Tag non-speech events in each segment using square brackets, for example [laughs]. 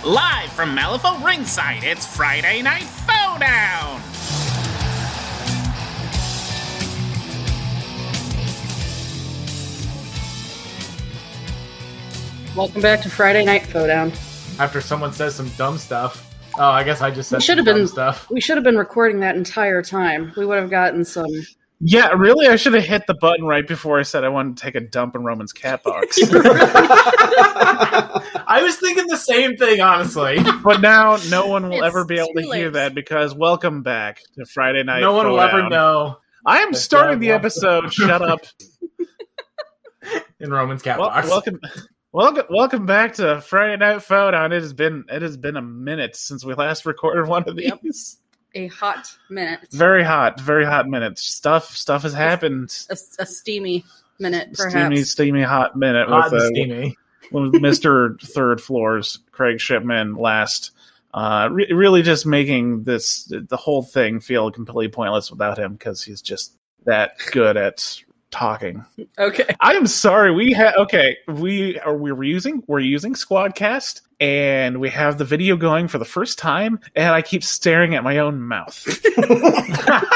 from Malifaux Ringside. It's Friday Night Down. Welcome back to Friday Night Down. After someone says some dumb stuff. Oh, I guess I just said We some should have dumb been [laughs] stuff. we should have been recording that entire time. We would have gotten some. Yeah, really, I should have hit the button right before I said I wanted to take a dump in Roman's cat [laughs] box. I was thinking the same thing, honestly. but now no one will It's ever be able to too hear late. that because welcome back to Friday Night. no one will ever Throwdown. know I am That's starting the right. [laughs] episode. Shut up. in Roman's cat Wel- box. welcome. Welcome, welcome back to Friday Night Throwdown. It has been it has been a minute since we last recorded one of these. Yep. A hot minute, Very hot, very hot minutes. Stuff stuff has happened. a, a steamy minute, perhaps. Steamy, steamy hot minute Hot and with uh, steamy. with Mr. Third Floors, Craig Shipman, last. Uh, re- really just making this the whole thing feel completely pointless without him because he's just that good at talking. Okay, I am sorry. We had okay. We are we were using we're using Squadcast and we have the video going for the first time, and I keep staring at my own mouth. [laughs]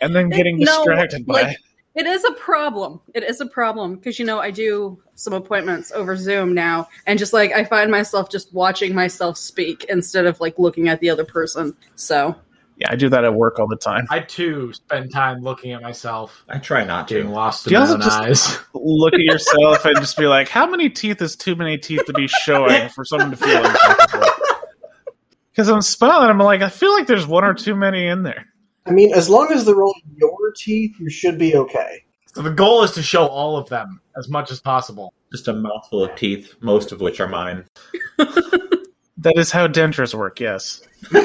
and then [laughs] getting No, distracted by like- it is a problem. It is a problem because you know I do some appointments over Zoom now, and just like I find myself just watching myself speak instead of like looking at the other person. So yeah, I do that at work all the time. I too spend time looking at myself, I try not getting to. lost in Do you my also own just- eyes. look at yourself and just be like, how many teeth is too many teeth to be showing for someone to feel uncomfortable? Because I'm smiling, I'm like, I feel like there's one or too many in there. I mean, as long as they're only your teeth, you should be okay. So the goal is to show all of them as much as possible. Just a mouthful of teeth, most of which are mine. That is how dentures work. Yes. [laughs]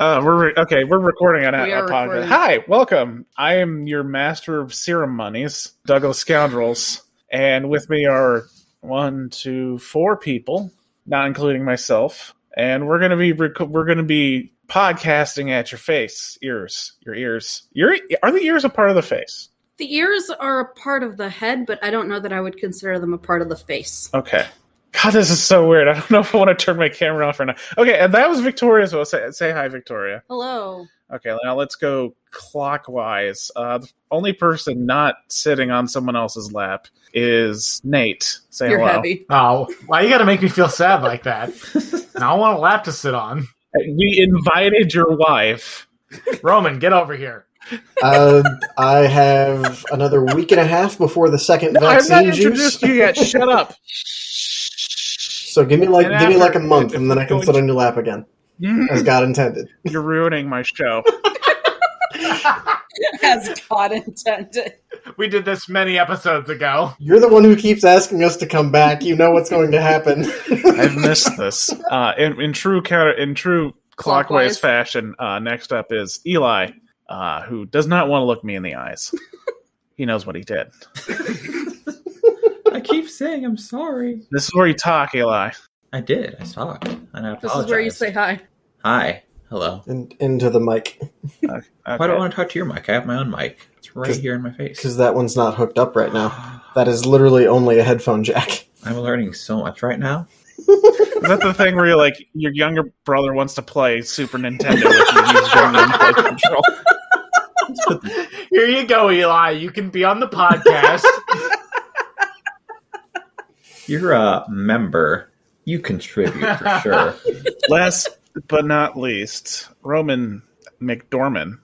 Uh, we're re- okay. We're recording on a, We a are podcast. recording. Hi, welcome. I am your master of ceremonies, Douglas Scoundrels, and with me are one, two, four people, not including myself. And we're gonna be rec- we're gonna be podcasting at your face, ears, your ears. Your are the ears a part of the face? the ears are a part of the head, but I don't know that I would consider them a part of the face. Okay. God, this is so weird. I don't know if I want to turn my camera off or not. Okay, and that was Victoria as well. Say, say hi, Victoria. Hello. Okay, now let's go clockwise. Uh, the only person not sitting on someone else's lap is Nate. Say You're hello. heavy. Oh, why you got to make me feel sad like [laughs] that? now I want a lap to sit on. Uh, We invited your wife. Roman, get over here. Uh, I have another week and a half before the second No, I've not vaccine juice. introduced you yet. Shut [laughs] up. So give me like And give me after- like a month, and then I if can we're sit going on your lap again, Mm, [laughs] as God intended. You're ruining my show. As God intended. We did this many episodes ago. You're the one who keeps asking us to come back. You know what's going to happen. [laughs] I've missed this. Uh, in, in true counter, in true Clockwise. clockwise, fashion. Uh, next up is Eli, uh, who does not want to look me in the [laughs] eyes. he knows what he did. I keep saying I'm sorry. This is where you talk, Eli. I did. I talked, and I apologize. This is where you say hi. hi, hello. and into the mic Why do I Okay. want to talk to your mic? I have my own mic. It's right 'Cause- here in my face. because that one's not hooked up right now. That is literally only a headphone jack. I'm learning so much right now. [laughs] Is that the thing where you're like your younger brother wants to play Super Nintendo with you? and He's going to play [laughs] control. Here you go, Eli. You can be on the podcast. You're a member. You contribute [laughs] for sure. Last but not least, Roman McDorman.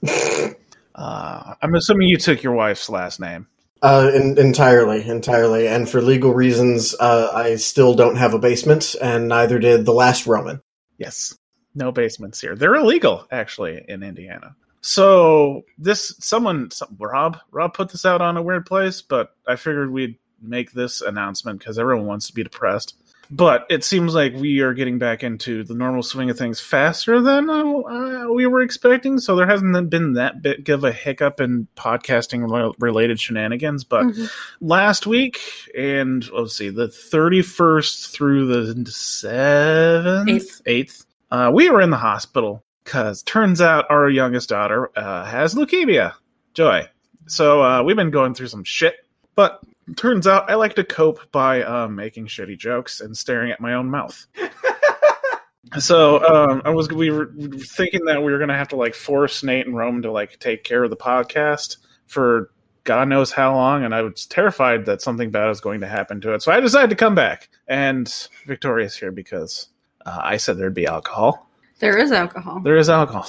Uh, I'm assuming you took your wife's last name. Uh, in, entirely, entirely, and for legal reasons, uh, I still don't have a basement, and neither did the last Roman. Yes. No basements here. They're illegal, actually, in Indiana. So this someone some, Rob Rob put this out on a weird place, but I figured we'd make this announcement because everyone wants to be depressed. But it seems like we are getting back into the normal swing of things faster than uh, we were expecting. So there hasn't been that big of a hiccup in podcasting rel- related shenanigans. But [laughs] last week, and let's see, the 31st through the 7th, Eighth. 8th, uh, we were in the hospital because turns out our youngest daughter uh, has leukemia, Joy. So uh, we've been going through some shit, but um, turns out I like to cope by uh, making shitty jokes and staring at my own mouth. So um, I was we were thinking that we were gonna have to like force Nate and Rome to like take care of the podcast for God knows how long, and I was terrified that something bad was going to happen to it. So I decided to come back, and Victoria's here because uh, I said there'd be alcohol. There is alcohol. There is alcohol,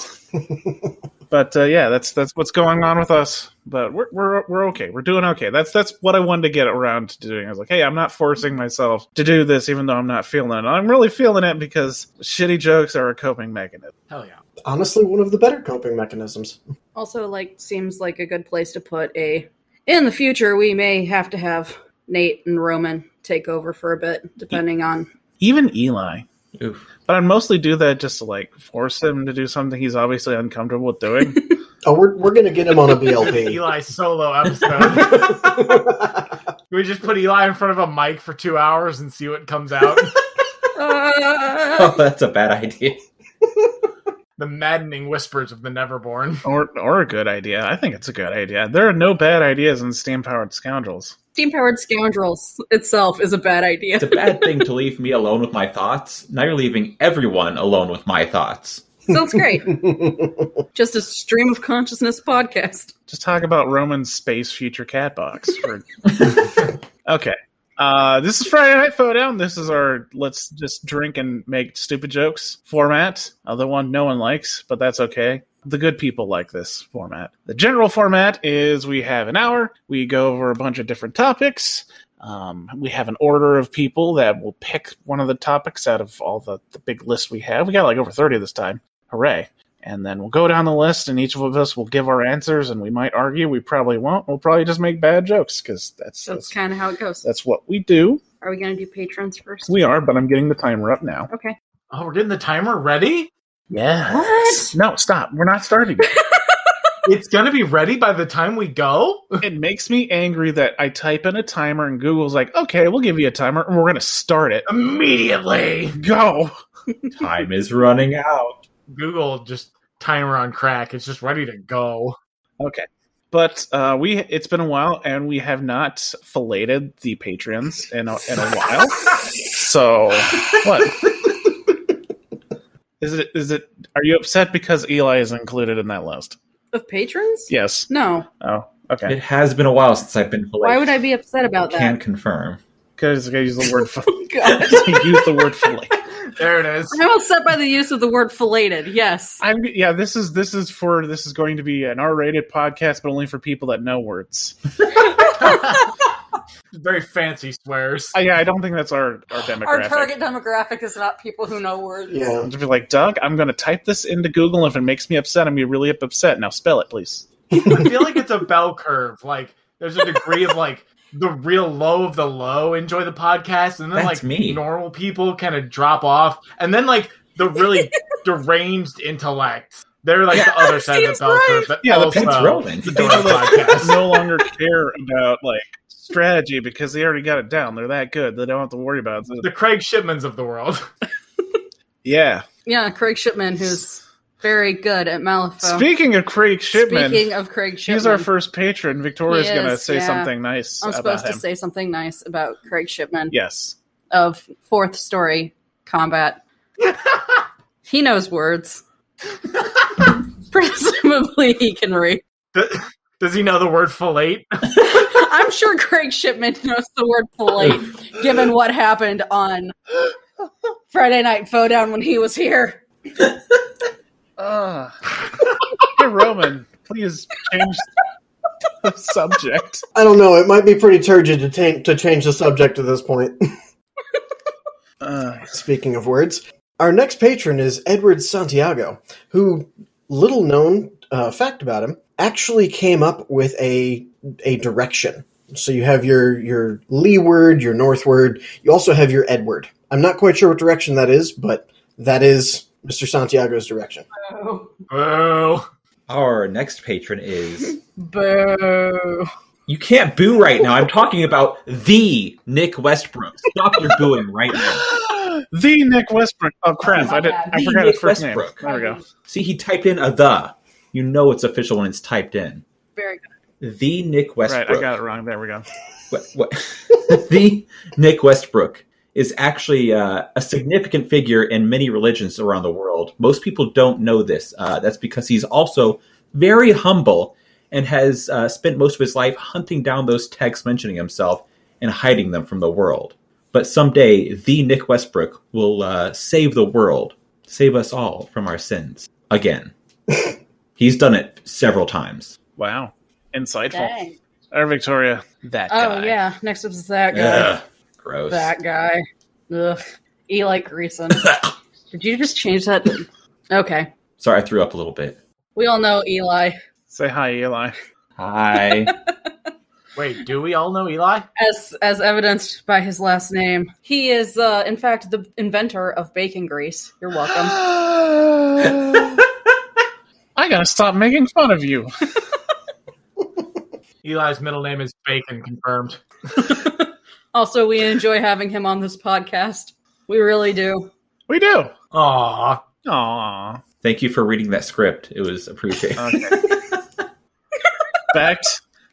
but uh, yeah, that's that's what's going on with us. But we're we're we're okay. We're doing okay. That's that's what I wanted to get around to doing. I was like, hey, I'm not forcing myself to do this, even though I'm not feeling it. I'm really feeling it because shitty jokes are a coping mechanism. Hell yeah. Honestly, one of the better coping mechanisms. Also, like, seems like a good place to put a. In the future, we may have to have Nate and Roman take over for a bit, depending [laughs] on. Even Eli. Oof. But I'd mostly do that just to like force him to do something he's obviously uncomfortable with doing. Oh, we're, we're going to get him on [laughs] a BLP. Eli solo episode. we just put Eli in front of a mic for two hours and see what comes out. Uh, Oh, that's a bad idea. the maddening whispers of the Neverborn. or or a good idea. I think it's a good idea. There are no bad ideas in steam powered scoundrels. Steam powered scoundrels itself is a bad idea. [laughs] It's a bad thing to leave me alone with my thoughts. Now you're leaving everyone alone with my thoughts. Sounds great. [laughs] Just a stream of consciousness podcast. Just talk about Roman's space future cat box. For... okay. Uh, this is Friday Night Down. This is our let's just drink and make stupid jokes format. Other one no one likes, but that's okay. The good people like this format. The general format is we have an hour, we go over a bunch of different topics. Um, we have an order of people that will pick one of the topics out of all the, the big list we have. We got like over 30 this time. Hooray. And then we'll go down the list, and each of us will give our answers, and we might argue. We probably won't. We'll probably just make bad jokes because That's that's, that's kind of how it goes. that's what we do. Are we going to do patrons first? Uh, We are, but I'm getting the timer up now. Okay. Oh, we're getting the timer ready? Yeah. What? No, stop. We're not starting. yet. [laughs] It's gonna be ready by the time we go? it makes me angry that I type in a timer and Google's like, okay, we'll give you a timer and we're going to start it. Immediately. Go. Time is running [laughs] out. Google just timer on crack. It's just ready to go. Okay. But uh, we it's been a while and we have not filleted the patrons in a, in a while. so what? Is it is it are you upset because Eli is included in that list? Of patrons? Yes. No. Oh, okay. It has been a while since I've been. Why would I be upset about Can that? confirm. Because I use [laughs] the word [laughs] fillet. Oh, God. use the [laughs] word fillet. There it is. I'm upset by the use of the word filleted. Yes. I'm yeah. This is this is for this is going to be an R-rated podcast, but only for people that know words. Very fancy swears. I, yeah, I don't think that's our our demographic. Our target demographic is not people who know words. yeah. I'm just be like, Doug, I'm going to type this into Google. If it makes me upset, I'm going to be really up- upset. Now spell it, please. I feel like it's a bell curve. Like there's a degree of like the real low of the low. Enjoy the podcast, and then That's like me. normal people kind of drop off, and then like the really deranged intellect. They're like the other side of seems the bell curve. That Yeah, the also [laughs] That's Roman. enjoy the podcast. no longer care about like strategy because they already got it down. They're that good. They don't have to worry about it. [laughs] The Craig Shipmans of the world. [laughs] Yeah. Yeah, Craig Shipman, who's very good at Malifaux. Speaking of Craig Shipman, Oh. Speaking of Craig Shipman, he's our first patron. Victoria's He going to is, say yeah. something nice I'm about supposed to him. say something nice about Craig Shipman yes. of Fourth Story Combat. [laughs] he knows words. [laughs] Presumably, he can read. Does he know the word [laughs] fellate? I'm sure Craig Shipman knows the word polite, given what happened on Friday Night Down when he was here. Uh, hey, Roman, please change the subject. I don't know. It might be pretty turgid to, ta- to change the subject at this point. [laughs] Uh, Speaking of words, our next patron is Edward Santiago, who, little known uh, fact about him, actually came up with a a direction. So you have your your leeward, your northward. You also have your edward. I'm not quite sure what direction that is, but that is Mr. Santiago's direction. Oh, Our next patron is. Boo. You can't boo right now. I'm talking about the Nick Westbrook. Stop your booing right now. the Nick Westbrook. Oh crap! I did. I The forgot Nick his first name. Westbrook. There we go. See, he typed in a the. You know it's official when it's typed in. Very good. The Nick Westbrook. [laughs] Right, I got it wrong. There we go. What, what? the Nick Westbrook is actually uh, a significant figure in many religions around the world. Most people don't know this. Uh, that's because he's also very humble and has uh, spent most of his life hunting down those texts mentioning himself and hiding them from the world. But someday, the Nick Westbrook will uh, save the world, save us all from our sins [laughs] again. he's done it several times. Wow. Insightful. Dang. Or Victoria, that Oh guy. yeah. Next up is that guy. Ugh, gross. That guy. Ugh. Eli Greason. Did you just change that? Okay. Sorry, I threw up a little bit. We all know Eli. Say hi, [laughs] Eli. Hi. Wait, do we all know Eli? as as evidenced by his last name. He is, uh, in fact, the inventor of bacon grease. You're [gasps] welcome. I gotta stop making fun of you. Eli's middle name is Bacon, confirmed. also, we enjoy having him on this podcast. We really do. We do. Aw. Aww. Thank you for reading that script. It was appreciated. Okay. back, to,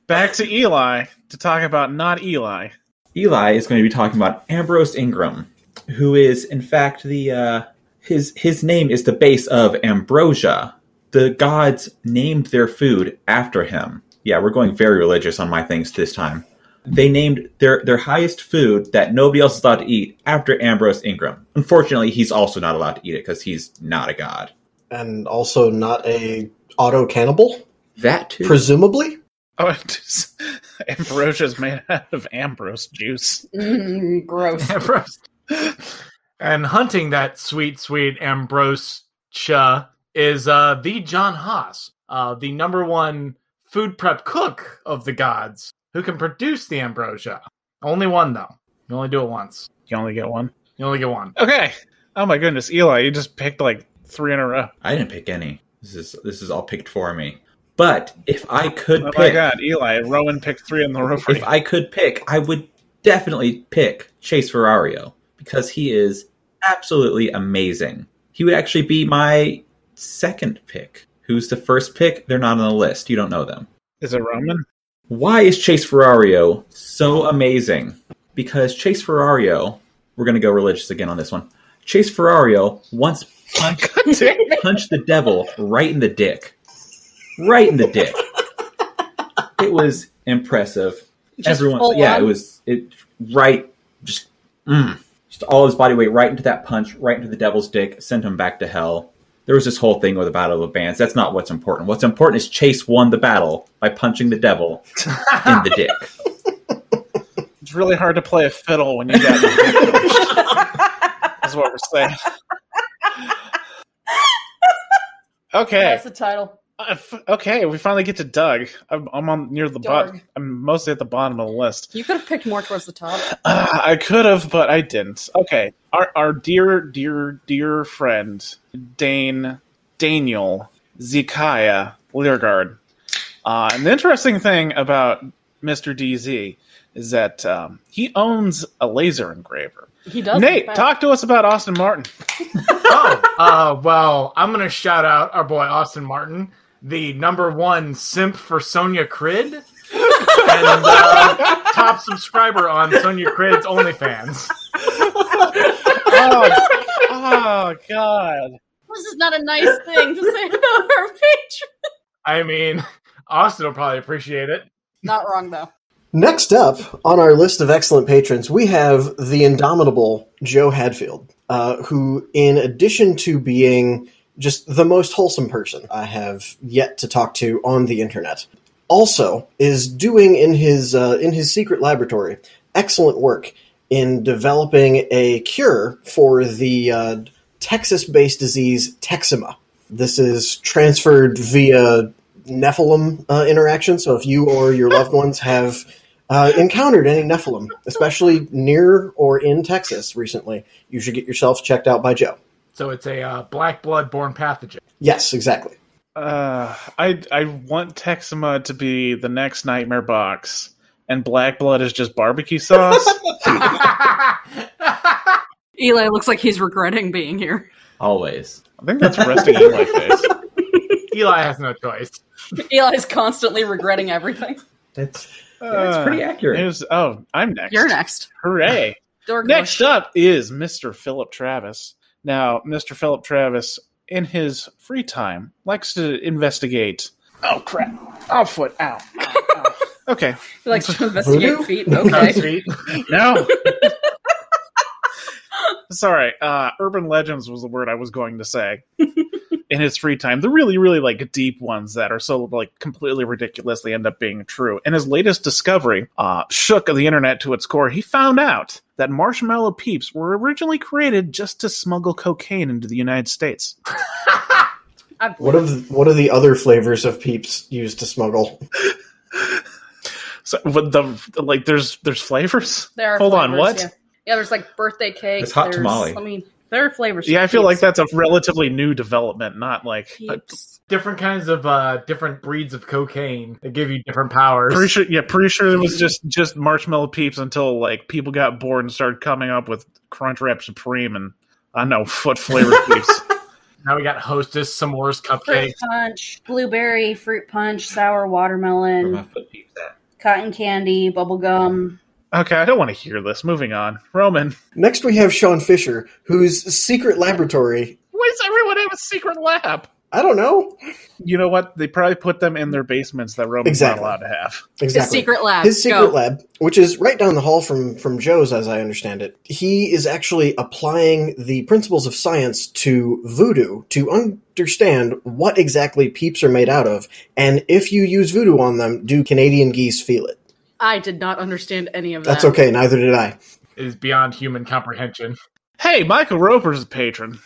back to Eli to talk about not Eli. Eli is going to be talking about Ambrose Ingram, who is in fact the uh, his his name is the base of Ambrosia. The gods named their food after him. Yeah, we're going very religious on my things this time. They named their their highest food that nobody else is allowed to eat after Ambrose Ingram. Unfortunately, he's also not allowed to eat it because he's not a god. and also not a auto cannibal, That too. presumably. Oh, [laughs] it is- Ambrosia's made out of Ambrose juice. Mm, gross. Ambrose. and hunting that sweet, sweet Ambrosia is uh, the John Haas, uh, the number one food prep cook of the gods, who can produce the Ambrosia. Only one, though. You only do it once. You only get one. You only get one. Okay. Oh my goodness, Eli, you just picked like three in a row. I didn't pick any. This is this is all picked for me. But if I could Oh my pick, god, Eli, Rowan picked three in a row for if you. I could pick, I would definitely pick Chase Ferrario because he is absolutely amazing. He would actually be my second pick. Who's the first pick? They're not on the list. You don't know them. Is it Roman? Why is Chase Ferrario so amazing? Because Chase Ferrario, we're going to go religious again on this one. Chase Ferrario once punched, [laughs] punched the devil right in the dick. Right in the dick. It was impressive. Just full Everyone, yeah, on? it was it right, just mm, just all his body weight right into that punch, right into the devil's dick, sent him back to hell. There was this whole thing with the battle of the bands. That's not what's important. What's important is Chase won the battle by punching the devil in the [laughs] dick. It's really hard to play a fiddle when you [laughs] got [laughs] That's what we're saying. [laughs] Okay. That's the title. I f- Okay, we finally get to Doug. I'm, I'm on near the Doug. bottom. I'm mostly at the bottom of the list. You could have picked more towards the top. Uh, [sighs] I could have, but I didn't. Okay, our our dear, dear, dear friend Dane Daniel Zekiah Leargard. Uh, and the interesting thing about Mister DZ is that um, he owns a laser engraver. He does. Nate, in fact. talk to us about Austin Martin. oh, uh, well, I'm going to shout out our boy Austin Martin, the number one simp for Sonia Crid, and uh, top subscriber on Sonia Crid's OnlyFans. Oh, oh God! This is not a nice thing to say about our patron. I mean, [laughs] Austin will probably appreciate it. Not wrong though. Next up on our list of excellent patrons, we have the indomitable Joe Hadfield, uh, who, in addition to being just the most wholesome person I have yet to talk to on the internet, also is doing in his uh, in his secret laboratory excellent work in developing a cure for the uh, Texas-based disease Texima. This is transferred via Nephilim uh, interaction. So if you or your loved ones have uh, encountered any Nephilim, especially near or in Texas recently, you should get yourself checked out by Joe. So it's a uh, black blood born pathogen. Yes, exactly. Uh, I I want Texima to be the next Nightmare Box, and Black Blood is just barbecue sauce. Eli looks like he's regretting being [laughs] here. Always. I think that's resting on my [laughs] face. Eli has no choice. Eli's constantly regretting everything. That's Uh, pretty accurate. it was- oh, I'm [laughs] next. You're next. Hooray! Dork Next up is Mr. Philip Travis. Now, Mr. Philip Travis, in his free time, likes to investigate. Oh crap! Oh foot! Ow! ow, ow. [laughs] okay, He likes to investigate [laughs] Voodoo? feet. Okay. Sweet. [laughs] no. Sorry, uh, urban legends was the word I was going to say. In his free time, the really, really like deep ones that are so like completely ridiculous, they end up being true. And his latest discovery uh, shook the internet to its core. He found out that marshmallow peeps were originally created just to smuggle cocaine into the United States. I've- What are the, what are the other flavors of Peeps used to smuggle? So, with the like, there's there's flavors. there are Hold on, flavors, what? Yeah. Yeah, there's like birthday cake. There's hot there's, tamale. I mean, there are flavors. Yeah, I feel like Peeps. that's a relatively new development, not like a Peeps. different kinds of uh different breeds of cocaine that give you different powers. Pretty sure, yeah, pretty sure it was just just marshmallow peeps until like people got bored and started coming up with Crunchwrap Supreme and I don't know foot flavored peeps. now we got hostess, s'mores, Fruit uh, cupcakes. punch, blueberry fruit punch, sour watermelon, cotton candy, bubble gum. Okay, I don't want to hear this. Moving on, Roman. Next, we have Sean Fisher, whose secret laboratory. Why does everyone have a secret lab? I don't know You know what? They probably put them in their basements that Roman's Exactly. not allowed to have. His exactly. secret lab. His secret Go. lab, which is right down the hall from from Joe's, as I understand it, he is actually applying the principles of science to voodoo to understand what exactly peeps are made out of, and if you use voodoo on them, do Canadian geese feel it? I did not understand any of that. That's okay. Neither did I. Is beyond human comprehension. Hey, Michael Roper's a patron.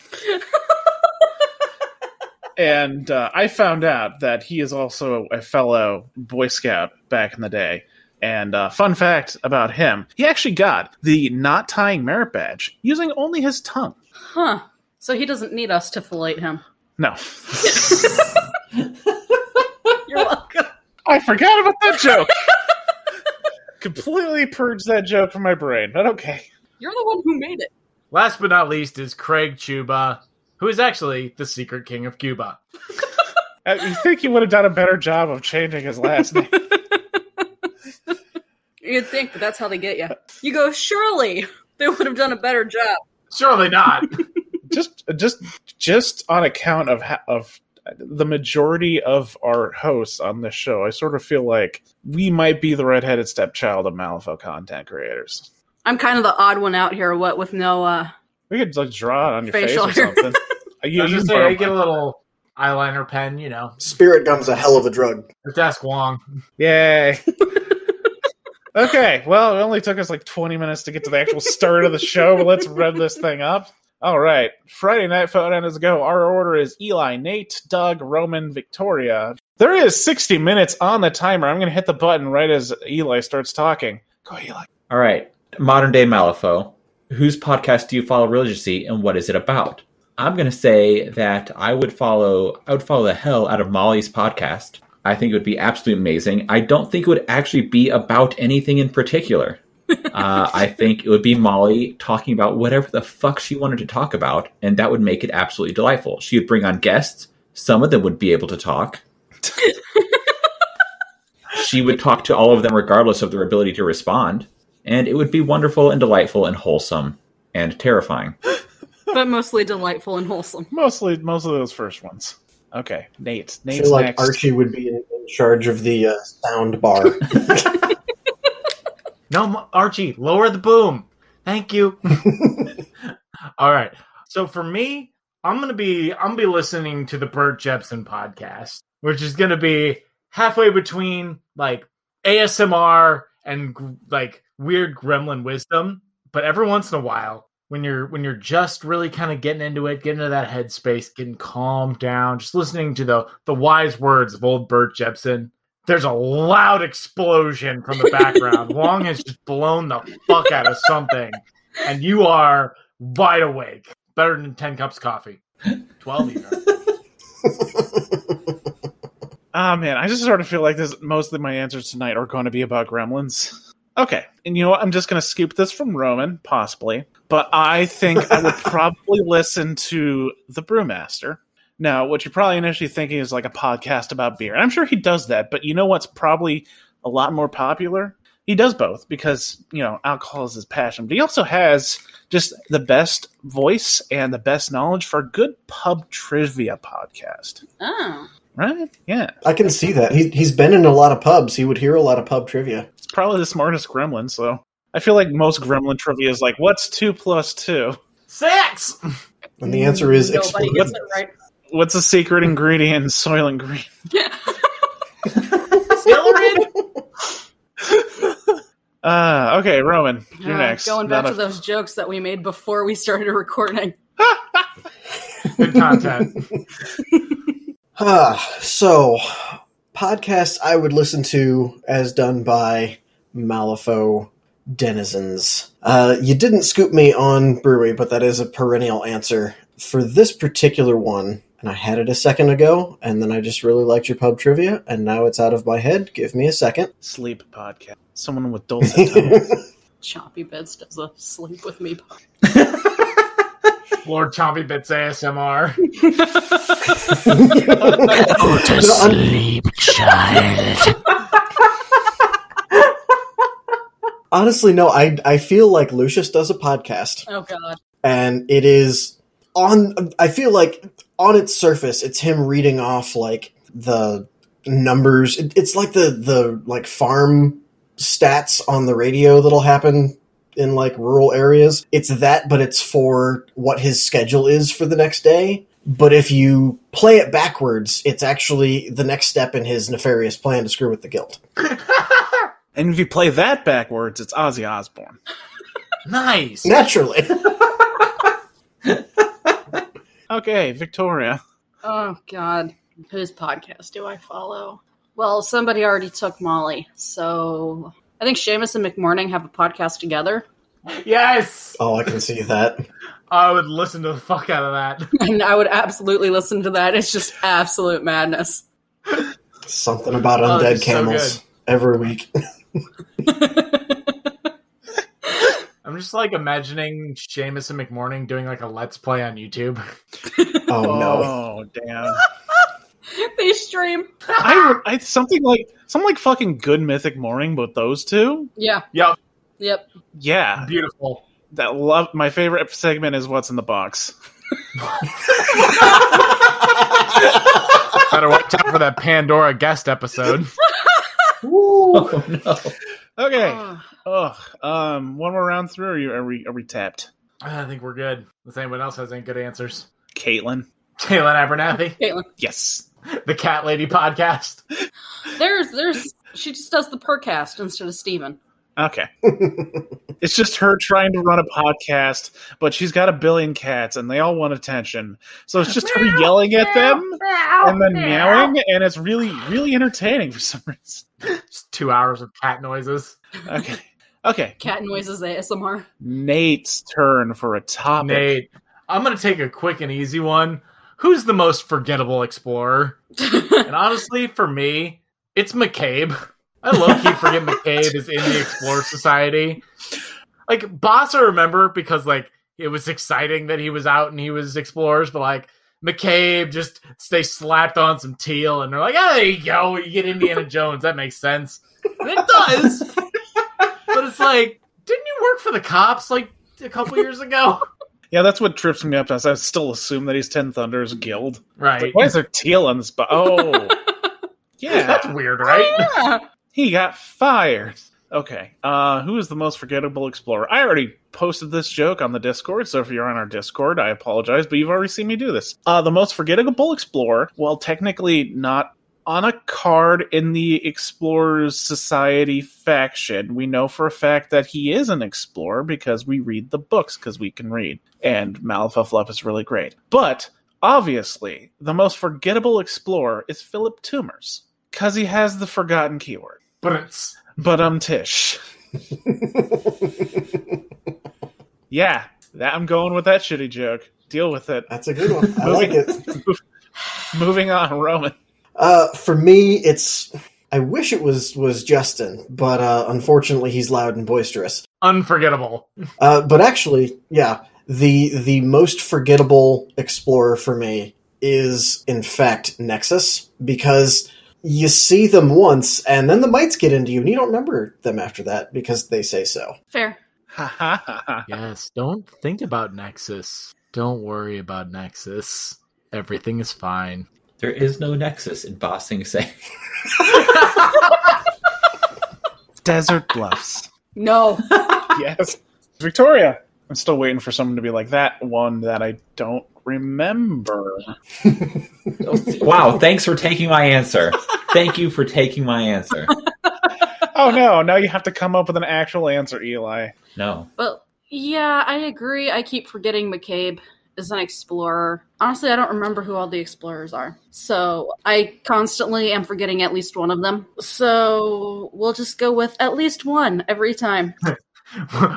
and uh, I found out that he is also a fellow Boy Scout back in the day. And uh, fun fact about him, he actually got the not tying merit badge using only his tongue. Huh. So he doesn't need us to fillet him. No. [laughs] You're welcome. I forgot about that joke. Completely purged that joke from my brain, but okay. You're the one who made it. Last but not least is Craig Chuba, who is actually the secret king of Cuba. Uh, You think he would have done a better job of changing his last name? You'd think that that's how they get you. You go, surely they would have done a better job. Surely [laughs] not. just just just on account of ha- of the majority of our hosts on this show, I sort of feel like we might be the redheaded stepchild of Malifaux content creators. I'm kind of the odd one out here. What with no? uh We could like draw it on your Facial face or hair. something. [laughs] Uh, you, I was you gonna say, borrow I get a mine. little eyeliner pen, you know. Spirit gum's a hell of a drug. Just ask Wong. Yay. okay, well, it only took us like 20 minutes to get to the actual start of the show, but let's rev this thing up. All right, Friday Night Phone is go. Our order is Eli, Nate, Doug, Roman, Victoria. There is 60 minutes on the timer. I'm going to hit the button right as Eli starts talking. Go, Eli. All right. Modern day Malifaux. Whose podcast do you follow religiously and what is it about? I'm going to say that I would follow I would follow the hell out of Molly's podcast. I think it would be absolutely amazing. I don't think it would actually be about anything in [laughs] particular. uh, I think it would be Molly talking about whatever the fuck she wanted to talk about, and that would make it absolutely delightful. She would bring on guests. Some of them would be able to talk. she would talk to all of them regardless of their ability to respond, and it would be wonderful and delightful and wholesome and terrifying. But mostly delightful and wholesome. Mostly, most of those first ones. Okay, Nate. I Nate's feel like next. Archie would be in, in charge of the uh, sound [laughs] bar. No, M- Archie, lower the boom. Thank you. All right. So for me, I'm gonna be I'm gonna be listening to the Bert Jepson podcast, which is gonna be halfway between like ASMR and gr- like weird gremlin wisdom. But every once in a while, when you're when you're just really kind of getting into it, getting into that headspace, getting calmed down, just listening to the the wise words of old Bert Jepson, there's a loud explosion from the background. Wong has just blown the fuck out of something, and you are wide awake. Better than 10 cups of coffee. 12 even. Ah, man, I just sort of feel like this. Mostly, my answers tonight are going to be about Gremlins. Okay, and you know what? I'm just going to scoop this from Roman, possibly, but I think I would probably listen to the Brewmaster. Now, what you're probably initially thinking is like a podcast about beer, and I'm sure he does that. But you know what's probably a lot more popular he does both because you know alcohol is his passion but he also has just the best voice and the best knowledge for a good pub trivia podcast Oh. right yeah I can see that. He, he's been in a lot of pubs. He would hear a lot of pub trivia. it's probably the smartest gremlin so i feel like most gremlin trivia is like what's two plus two [laughs] Six. And the answer is Nobody explode. gets it right. what's a secret ingredient in soil and green Accelerate. uh okay roman you're Uh, next Going back Not to a- those jokes that we made before we started recording. Good content. Ah, so, podcasts I would listen to as done by Malifaux denizens. Uh, you didn't scoop me on brewery, but that is a perennial answer. For this particular one, and I had it a second ago, and then I just really liked your pub trivia, and now it's out of my head. Give me a second. sleep podcast someone with dulcet tones Choppy Bits does a sleep with me. Lord Chompy Bits ASMR. sleep, child. [laughs] Honestly, no, I, I feel like Lucius does a podcast. Oh God. and it is on i feel like on its surface it's him reading off like the numbers it, it's like the the like farm stats on the radio that'll happen in like rural areas it's that but it's for what his schedule is for the next day but if you play it backwards it's actually the next step in his nefarious plan to screw with the guild and if you play that backwards it's ozzy osbourne Nice. naturally [laughs] okay victoria Oh God. Whose podcast do I follow? Well, somebody already took Molly, so I think Seamus and McMorning have a podcast together. [laughs] Yes. oh i can see that I would listen to the fuck out of that. And I would absolutely listen to that. It's just absolute madness. something about Oh, undead it's so camels good. every week I'm just like imagining Seamus and McMorning doing like a let's play on YouTube. oh no oh damn they stream. I, [laughs] re- I something like something like fucking good mythic morning but those two Yeah. Yep. Yep. yeah Beautiful. that love my favorite segment is what's in the box Better watch out for that Pandora guest episode. Oh no! okay Oh, oh um one more round through or you are we are we tapped I think we're good. If anyone else has any good answers, [laughs] caitlin Jalen Abernathy, Caitlin. yes the Cat Lady podcast. There's there's she just does the percast instead of Steven. okay it's just her trying to run a podcast but she's got a billion cats and they all want attention so it's just her yelling at them and then meowing and it's really really entertaining for some reason Just two hours of cat noises. okay okay Cat noises ASMR. Nate's turn for a topic. Nate, I'm gonna take a quick and easy one. Who's the most forgettable explorer? And honestly, for me, it's McCabe. I low key forget McCabe is in the Explorer Society. Like Boss, I remember because like it was exciting that he was out and he was explorers, but like McCabe just they slapped on some teal and they're like, oh, there you go, you get Indiana Jones. That makes sense. And it does, but it's like, didn't you work for the cops like a couple years ago? Yeah, that's what trips me up. is I still assume that he's Ten Thunders Guild. Right. Why is there teal on this? Bo- oh, yeah, That's weird, right? he got fired. Okay, uh, who is the most forgettable explorer? I already posted this joke on the Discord, so if you're on our Discord, I apologize, but you've already seen me do this. Uh, the most forgettable explorer, well, technically not on a card in the Explorers Society faction. We know for a fact that he is an explorer because we read the books because we can read. And Malfa is really great. But obviously, the most forgettable explorer is Philip Tumors because he has the forgotten keyword. [laughs] But it's But um, Tish. yeah, that I'm going with that shitty joke. Deal with it. that's a good one i like it Moving on, Roman. Uh, for me, it's. I wish it was was Justin, but uh, unfortunately, he's loud and boisterous. unforgettable. Uh, but actually, yeah, the the most forgettable explorer for me is in fact Nexus because you see them once, and then the mites get into you, and you don't remember them after that because they say so. [laughs] Fair. Ha ha ha ha. Yes, don't think about Nexus. Don't worry about Nexus. Everything is fine. There is no nexus in Ba Sing Sing. Desert Bluffs. No. yes. Victoria. I'm still waiting for someone to be like that one that I don't remember. [laughs] wow, thanks for taking my answer. Thank you for taking my answer. Oh no, now you have to come up with an actual answer, Eli. No. Well, yeah, I agree. I keep forgetting McCabe is an explorer. Honestly, I don't remember who all the explorers are. So I constantly am forgetting at least one of them. So we'll just go with at least one every time. [laughs]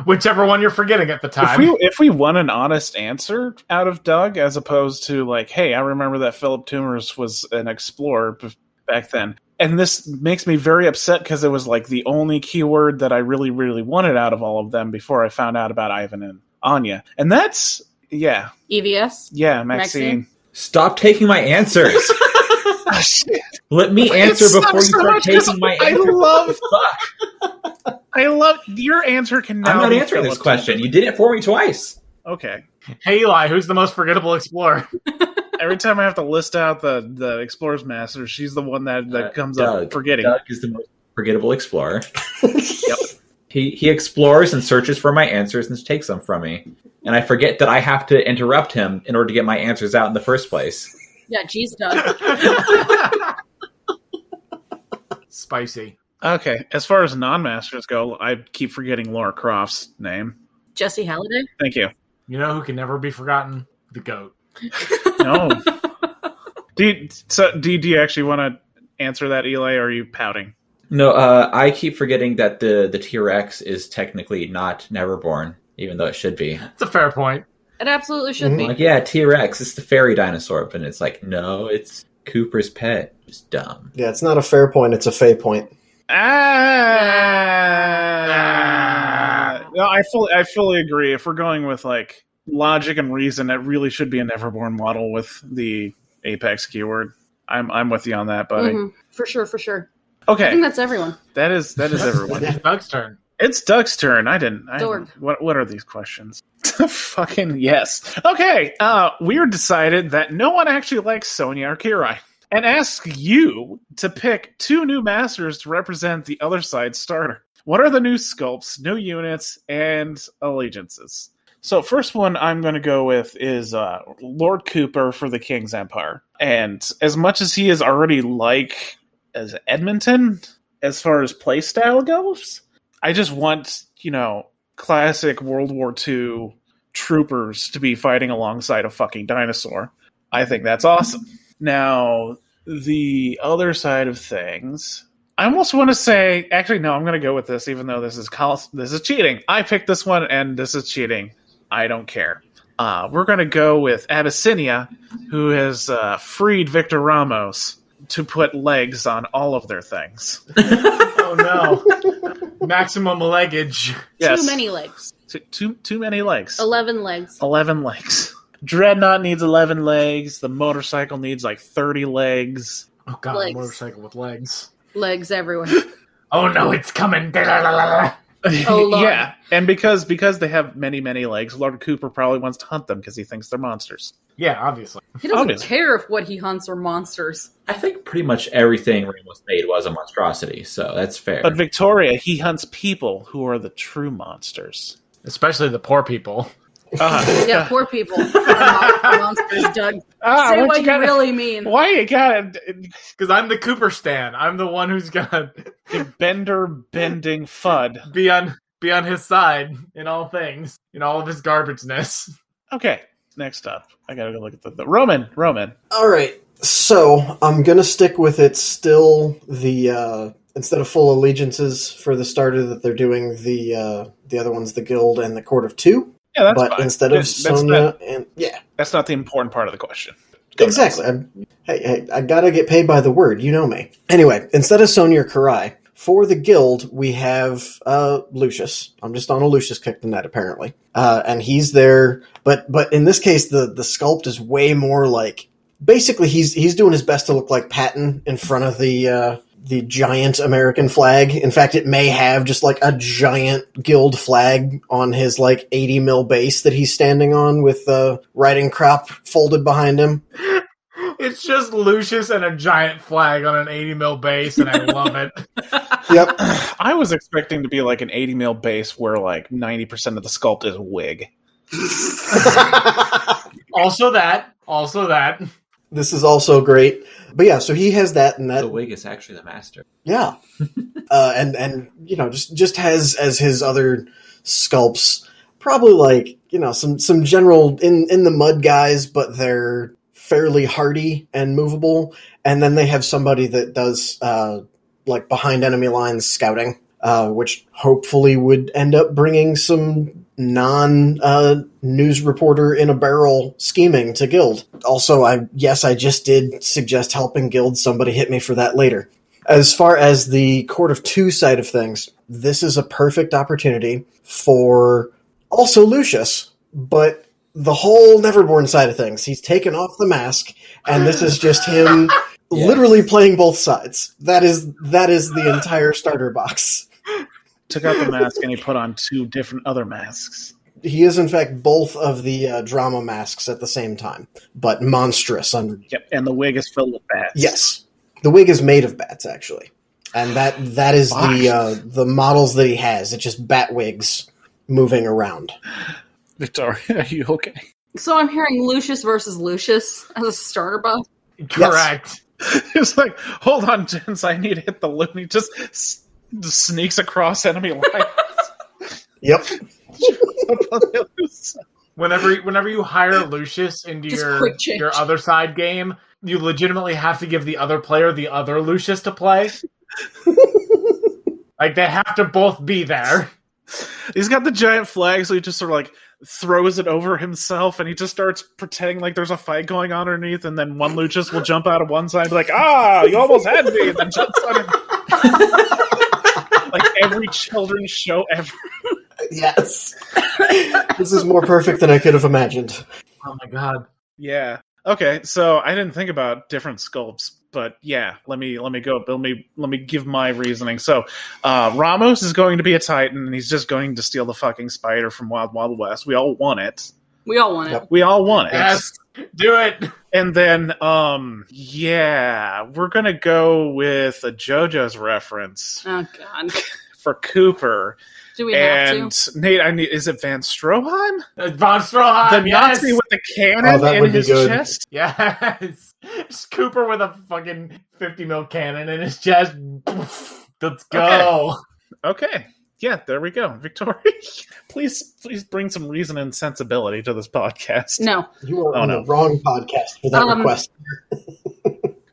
Whichever one you're forgetting at the If time. we if we want an honest answer out of Doug as opposed to like, hey, I remember that Philip Toomers was an explorer b- back then. And this makes me very upset because it was like the only keyword that I really, really wanted out of all of them before I found out about Ivan and Anya. And that's yeah, E EVS? yeah, Maxine. Stop taking my answers. Ah, shit. Let me It answer sucks before you so start much 'cause taking my [laughs] I answer. [laughs] love Fuck. I love your answer can now I'm not be answering this Philip question. You did it for me twice. Toomers. Okay. Hey Eli, who's the most forgettable explorer? Every time I have to list out the the Explorer's Master, she's the one that, that Uh, comes Doug. up forgetting. Doug is the most forgettable explorer. He he explores and searches for my answers and takes them from me. And I forget that I have to interrupt him in order to get my answers out in the first place. Yeah, G's done. Spicy. Okay. As far as non masters go, I keep forgetting Laura Croft's name. Jesse Halliday? Thank you. You know who can never be forgotten? The goat. No. do you, so do you, do you actually want to answer that, Eli? Or are you pouting? No, uh, I keep forgetting that the the T Rex is technically not Neverborn, even though it should be. That's a fair point. It absolutely should I'm Mm-hmm. like, be. yeah, T Rex, it's the fairy dinosaur, but it's like, no, it's Cooper's pet. Just dumb. Yeah, it's not a fair point; it's a fey point. Ah. No, I fully I fully agree. If we're going with like logic and reason, it really should be an Everborn model with the apex keyword. I'm I'm with you on that, buddy. Mhm. For sure, for sure. I think Okay, that's everyone. that is that is everyone. It's Doug's turn. It's Doug's turn. I didn't. I, Dorg. what What are these questions? [laughs] Fucking yes. Okay. Uh, we're decided that no one actually likes Sonya or Kirai, and ask you to pick two new masters to represent the other side starter. What are the new sculpts, new units, and allegiances? So first one I'm going to go with is uh, Lord Cooper for the King's Empire, and as much as he is already like as Edmonton as far as play style goes. I just want, you know, classic World War II troopers to be fighting alongside a fucking dinosaur. I think that's awesome. Now, the other side of things, I almost want to say, actually, no, I'm going to go with this, even though this is col- this is cheating. I picked this one, and this is cheating. I don't care. Uh, we're going to go with Abyssinia, who has uh, freed Victor Ramos to put legs on all of [laughs] their things. Oh no. Maximum leggage. Yes. Too many legs. Too, too, too many legs. 11 legs. 11 legs. [laughs] Dreadnought needs 11 legs. The motorcycle needs like 30 legs. Oh god, Legs. motorcycle with legs. Legs everywhere. Oh no, it's coming. [laughs] [laughs] Oh, Lord. yeah. And because because they have many many legs, Lord Cooper probably wants to hunt them because he thinks they're monsters. Yeah, obviously. He doesn't Obviously. care if what he hunts are monsters. I think pretty much everything Ramos made was a monstrosity, so that's fair. But Victoria, he hunts people who are the true monsters. Especially the poor people. Ah. [laughs] Uh, Yeah, poor people. are mon- monsters, Doug. [laughs] ah, Say what what you you gotta- really mean. why you got Because I'm the Cooper Stan. I'm the one who's gonna Bender bending Fud? be on be on his side in all things, in all of his garbageness. [laughs] Okay, next up, I gotta go look at the, the Roman. Roman. All right, so I'm gonna stick with it. Still, the uh, instead of full allegiances for the starter that they're doing the uh, the other ones, the guild and the court of two. Yeah, that's but fine. instead of That's- that's Sonya not- and yeah, that's not the important part of the question. Exactly. I'm, hey, hey, I gotta get paid by the word. You know me. Anyway, instead of Sonia Karai, for the guild we have uh, Lucius. I'm just on a Lucius kick tonight, apparently, uh, and he's there. But but in this case, the the sculpt is way more like basically he's he's doing his best to look like Patton in front of the uh, the giant American flag. In fact, it may have just like a giant guild flag on his like eighty mil base that he's standing on with the riding crop folded behind him. It's just Lucius and a giant flag on an 80 mil base, and I love it. Yep, I was expecting to be like an 80 mil base where like 90% of the sculpt is wig. Also that. Also that. this is also great. But yeah, so he has that and that The wig is actually the master. Yeah, uh, and and you know just just has as his other sculpts probably like you know some some general in in the mud guys, but they're fairly hardy and movable. And then they have somebody that does uh, like behind enemy lines scouting, uh, which hopefully would end up bringing some non uh, news reporter in a barrel scheming to guild. Also, I yes, I just did suggest helping guild. Somebody hit me for that later. As far as the Court of Two side of things, this is a perfect opportunity for also Lucius, but the whole Neverborn side of things. He's taken off the mask, and this is just him Yes. literally playing both sides. That is that is the entire starter box. Took out the mask and he put on two different other masks. He is in fact both of the uh, drama masks at the same time, but monstrous under Yep, and the wig is filled with bats. Yes, the wig is made of bats, actually, and that that is the uh, the models that he has. It's just bat wigs moving around. Victoria, [laughs] are you okay? So I'm hearing Lucius versus Lucius as a starter buff. Correct. It's like, hold on, gents, I need to hit the loon. He just, s- just sneaks across enemy [laughs] lines. Yep. Whenever whenever you hire Lucius into Just your quick change. your other side game, you legitimately have to give the other player the other Lucius to play. like they have to both be there. He's got the giant flag, so he just sort of like throws it over himself and he just starts pretending like there's a fight going on underneath. And then one Luchas will jump out of one side, and be like, ah, you almost had me. And then jumps on him. [laughs] like every children's show ever. Yes. this is more perfect than I could have imagined. Oh my god. Yeah. Okay, so I didn't think about different sculpts, but yeah, let me let me go. Let me let me give my reasoning. So, uh, Ramos is going to be a Titan, and he's just going to steal the fucking spider from Wild Wild West. We all want it. We all want it. Yep. We all want it. Yes. Do it. And then, um, yeah, we're gonna go with a JoJo's reference Oh god. for Cooper. Do we have And to? Nate, I need is it Van Stroheim? Uh, Von Stroheim. the yes. Nazi with the Oh, cannon that in would be his good. chest. Yes. [laughs] It's Cooper with a fucking 50 mil cannon in his chest. Let's go. Okay. Yeah, there we go. Victoria, [laughs] please please bring some reason and sensibility to this podcast. No. You are Oh, on no. the wrong podcast for that Um, request.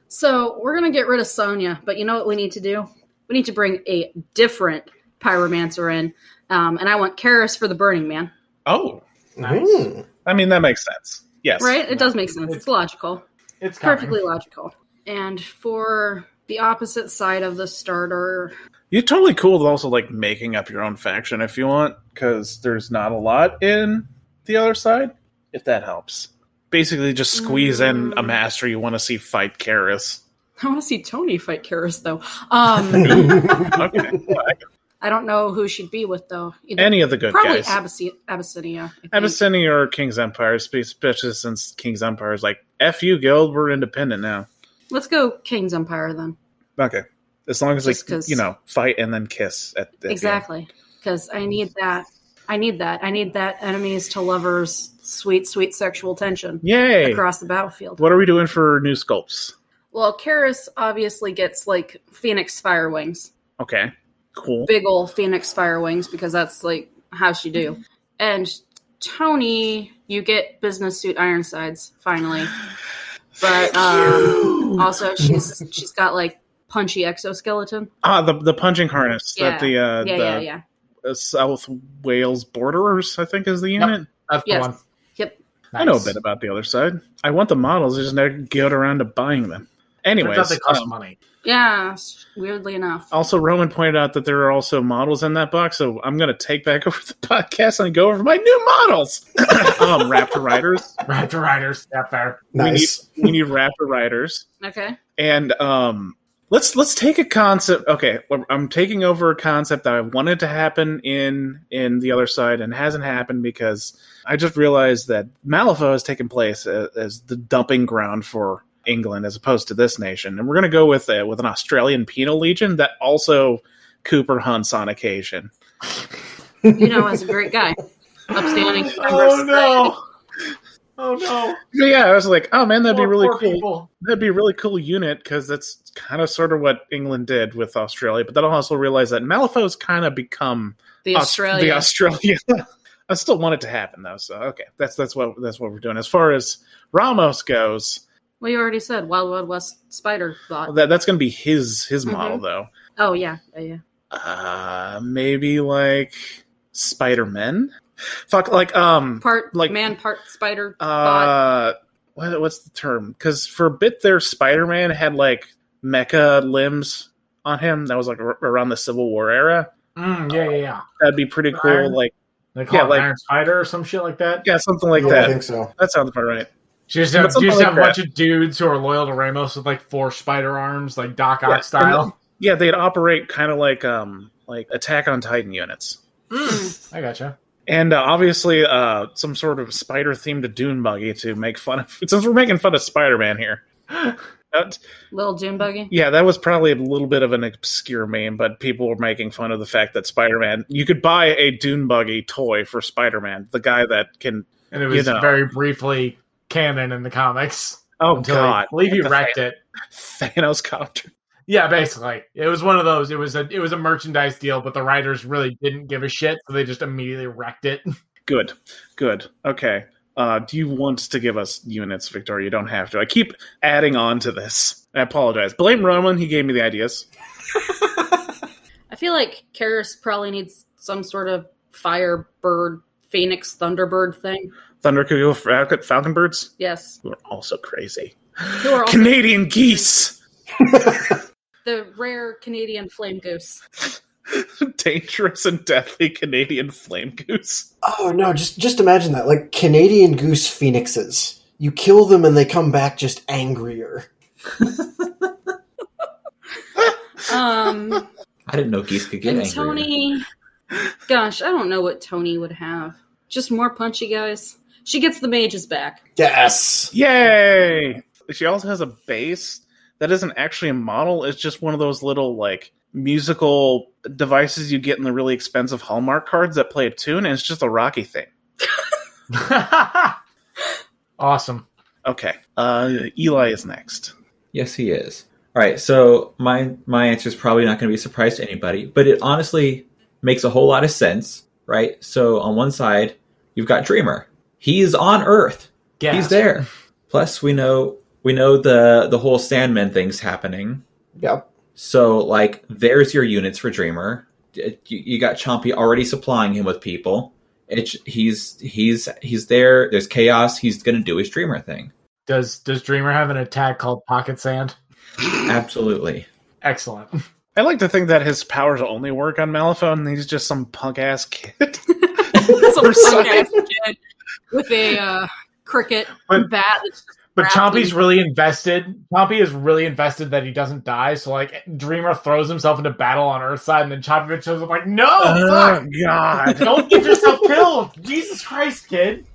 So we're gonna get rid of Sonia, but you know what we need to do? We need to bring a different pyromancer in, um, and I want Karis for the Burning Man. Oh, Hmm. I mean that makes sense. Yes. Right? It does make sense. It's logical. It's coming. Perfectly logical. And for the opposite side of the starter, You're totally cool with also like making up your own faction if you want, because there's not a lot in the other side, if that helps. Basically, just squeeze Mm. in a master you want to see fight Karis. I want to see Tony fight Karis though. [laughs] Um, Okay. I don't know who she'd be with though. Either- Any of the good Probably guys. Abyss- Abyssinia. I think. Abyssinia or King's Empire, espe- especially since King's Empire is like, F you, Guild, we're independent now. Let's go King's Empire then. Okay. As long as like Just 'cause- you know, fight and then kiss at, at the end. Exactly. Because I need that. I need that. I need that enemies to lovers sweet, sweet sexual tension Yay! across the battlefield. What are we doing for new sculpts? Well, Karis obviously gets like Phoenix Fire Wings. Okay. Cool. Big ol' Phoenix Fire Wings because that's like how she Mm-hmm. do. And Tony, you get business suit Ironsides [sighs] finally. But um, also she's she's got like punchy exoskeleton. Ah, the the punching harness that the uh yeah, the yeah, yeah. uh, South Wales Borderers, I think is the Yep. unit. That's the Yes. one. Yep. I know a Nice. bit about the other side. I want the models, I just never get around to buying them. Turns out Anyways, they cost um, money. [laughs] Yeah, s- weirdly enough. also Roman pointed out that there are also models in that box, so I'm going to take back [laughs] over the podcast and go over my new models. [coughs] um, Raptor Riders. Raptor Riders, yeah, fair. Nice. We need, we need Raptor Riders. Okay. and um let's let's take a concept okay i'm taking over a concept that i wanted to happen in in the other side and hasn't happened because i just realized that malifaux has taken place as, as the dumping ground for england as opposed to this nation and we're going to go with a, with an australian penal legion that also cooper hunts on occasion You know, as a great guy, [laughs] upstanding. Oh no! Oh no! so yeah i was like oh man that'd be Poor- really poor cool people. That'd be a really cool unit because that's kind of sort of what England did with Australia. But then I also realized that Malifaux's kind of become The Aus- Australia. The Australia. [laughs] I still want it to happen though, so okay, that's that's what that's what we're doing. As far as Ramos goes, well, you already said Wild Wild West Spider Bot. that that's going to be his his model though. Oh yeah, yeah, yeah. Uh, maybe like Spider Man. Fuck, like um, Part Like- man, part spider bot. uh, what, what's the term? Because for a bit there, Spider Man had like mecha limbs on him. That was like ar- around the Civil War era. Mm, yeah, yeah, yeah. That'd be pretty cool. Iron- Like They call Yeah, it like- Iron Spider or some shit like that. yeah, something like yeah, I that. think so. that sounds about right. She just have, Something you just like have a that. bunch of dudes who are loyal to Ramos with like four spider arms, like Doc Ock Yeah, and- style. Yeah, they'd operate kind of like um like Attack on Titan units, I gotcha. and uh, obviously uh some sort of spider themed Dune buggy to make fun of. [laughs] Since we're making fun of Spider Man here. [laughs] That- Little June buggy. yeah, that was probably a little bit of an obscure meme, but people were making fun of the fact that Spider Man. You could buy a Dune buggy toy for Spider Man, the guy that can. And it was know. very briefly canon in the comics Oh until I God, believe he The wrecked it. [laughs] Thanos copter. Yeah, basically, it was one of those. It was a it was a merchandise deal, but the writers really didn't give a shit, so they just immediately wrecked it. [laughs] Good, good. Okay. Uh, do you want to give us units, Victoria? You don't have to. I keep adding on to this. I apologize. Blame Roman. He gave me the ideas. I feel like Karis probably needs some sort of firebird, phoenix, thunderbird thing. Thunder Cuckoo Falcon, Falcon Birds, Yes, who are also crazy. who are also Canadian geese. [laughs] the rare Canadian flame goose. Dangerous and deadly Canadian flame goose. Oh no, just just imagine that. Like Canadian goose phoenixes. You kill them and they come back just angrier. Um, I didn't know geese could [laughs] get and angry. Tony. Gosh, I don't know what Tony would have. Just more punchy guys. She gets the mages back. [laughs] Yes. Yay! She also has a bass that isn't actually a model. It's just one of those little like musical devices you get in the really expensive Hallmark cards that play a tune, and it's just a Rocky thing. awesome. Okay. Uh, Eli is next. Yes, he is. All right, so my my answer is probably not going to be a surprise to anybody, but it honestly makes a whole lot of sense, right? So on one side, you've got Dreamer. He's on Earth. Gas. He's there. Plus, we know we know the the whole Sandman thing's happening. Yep. So like, there's your units for Dreamer. It- You, you got Chompy already supplying him with people. It's he's he's he's there. There's chaos. He's going to do his Dreamer thing. Does does Dreamer have an attack called Pocket Sand? Absolutely. Excellent. [laughs] I like to think that his powers only work on Malifaux, and he's just some punk ass kid. [laughs] That's a Sorry. punk-ass kid with a uh, cricket But- bat. that's just But wrapped Chompy's in- really invested. Chompy is really invested that he doesn't die. So like Dreamer throws himself into battle on Earthside, and then Chompy shows up like, "No, fuck! Uh, Oh, God! don't get yourself killed! [laughs] Jesus Christ, kid!"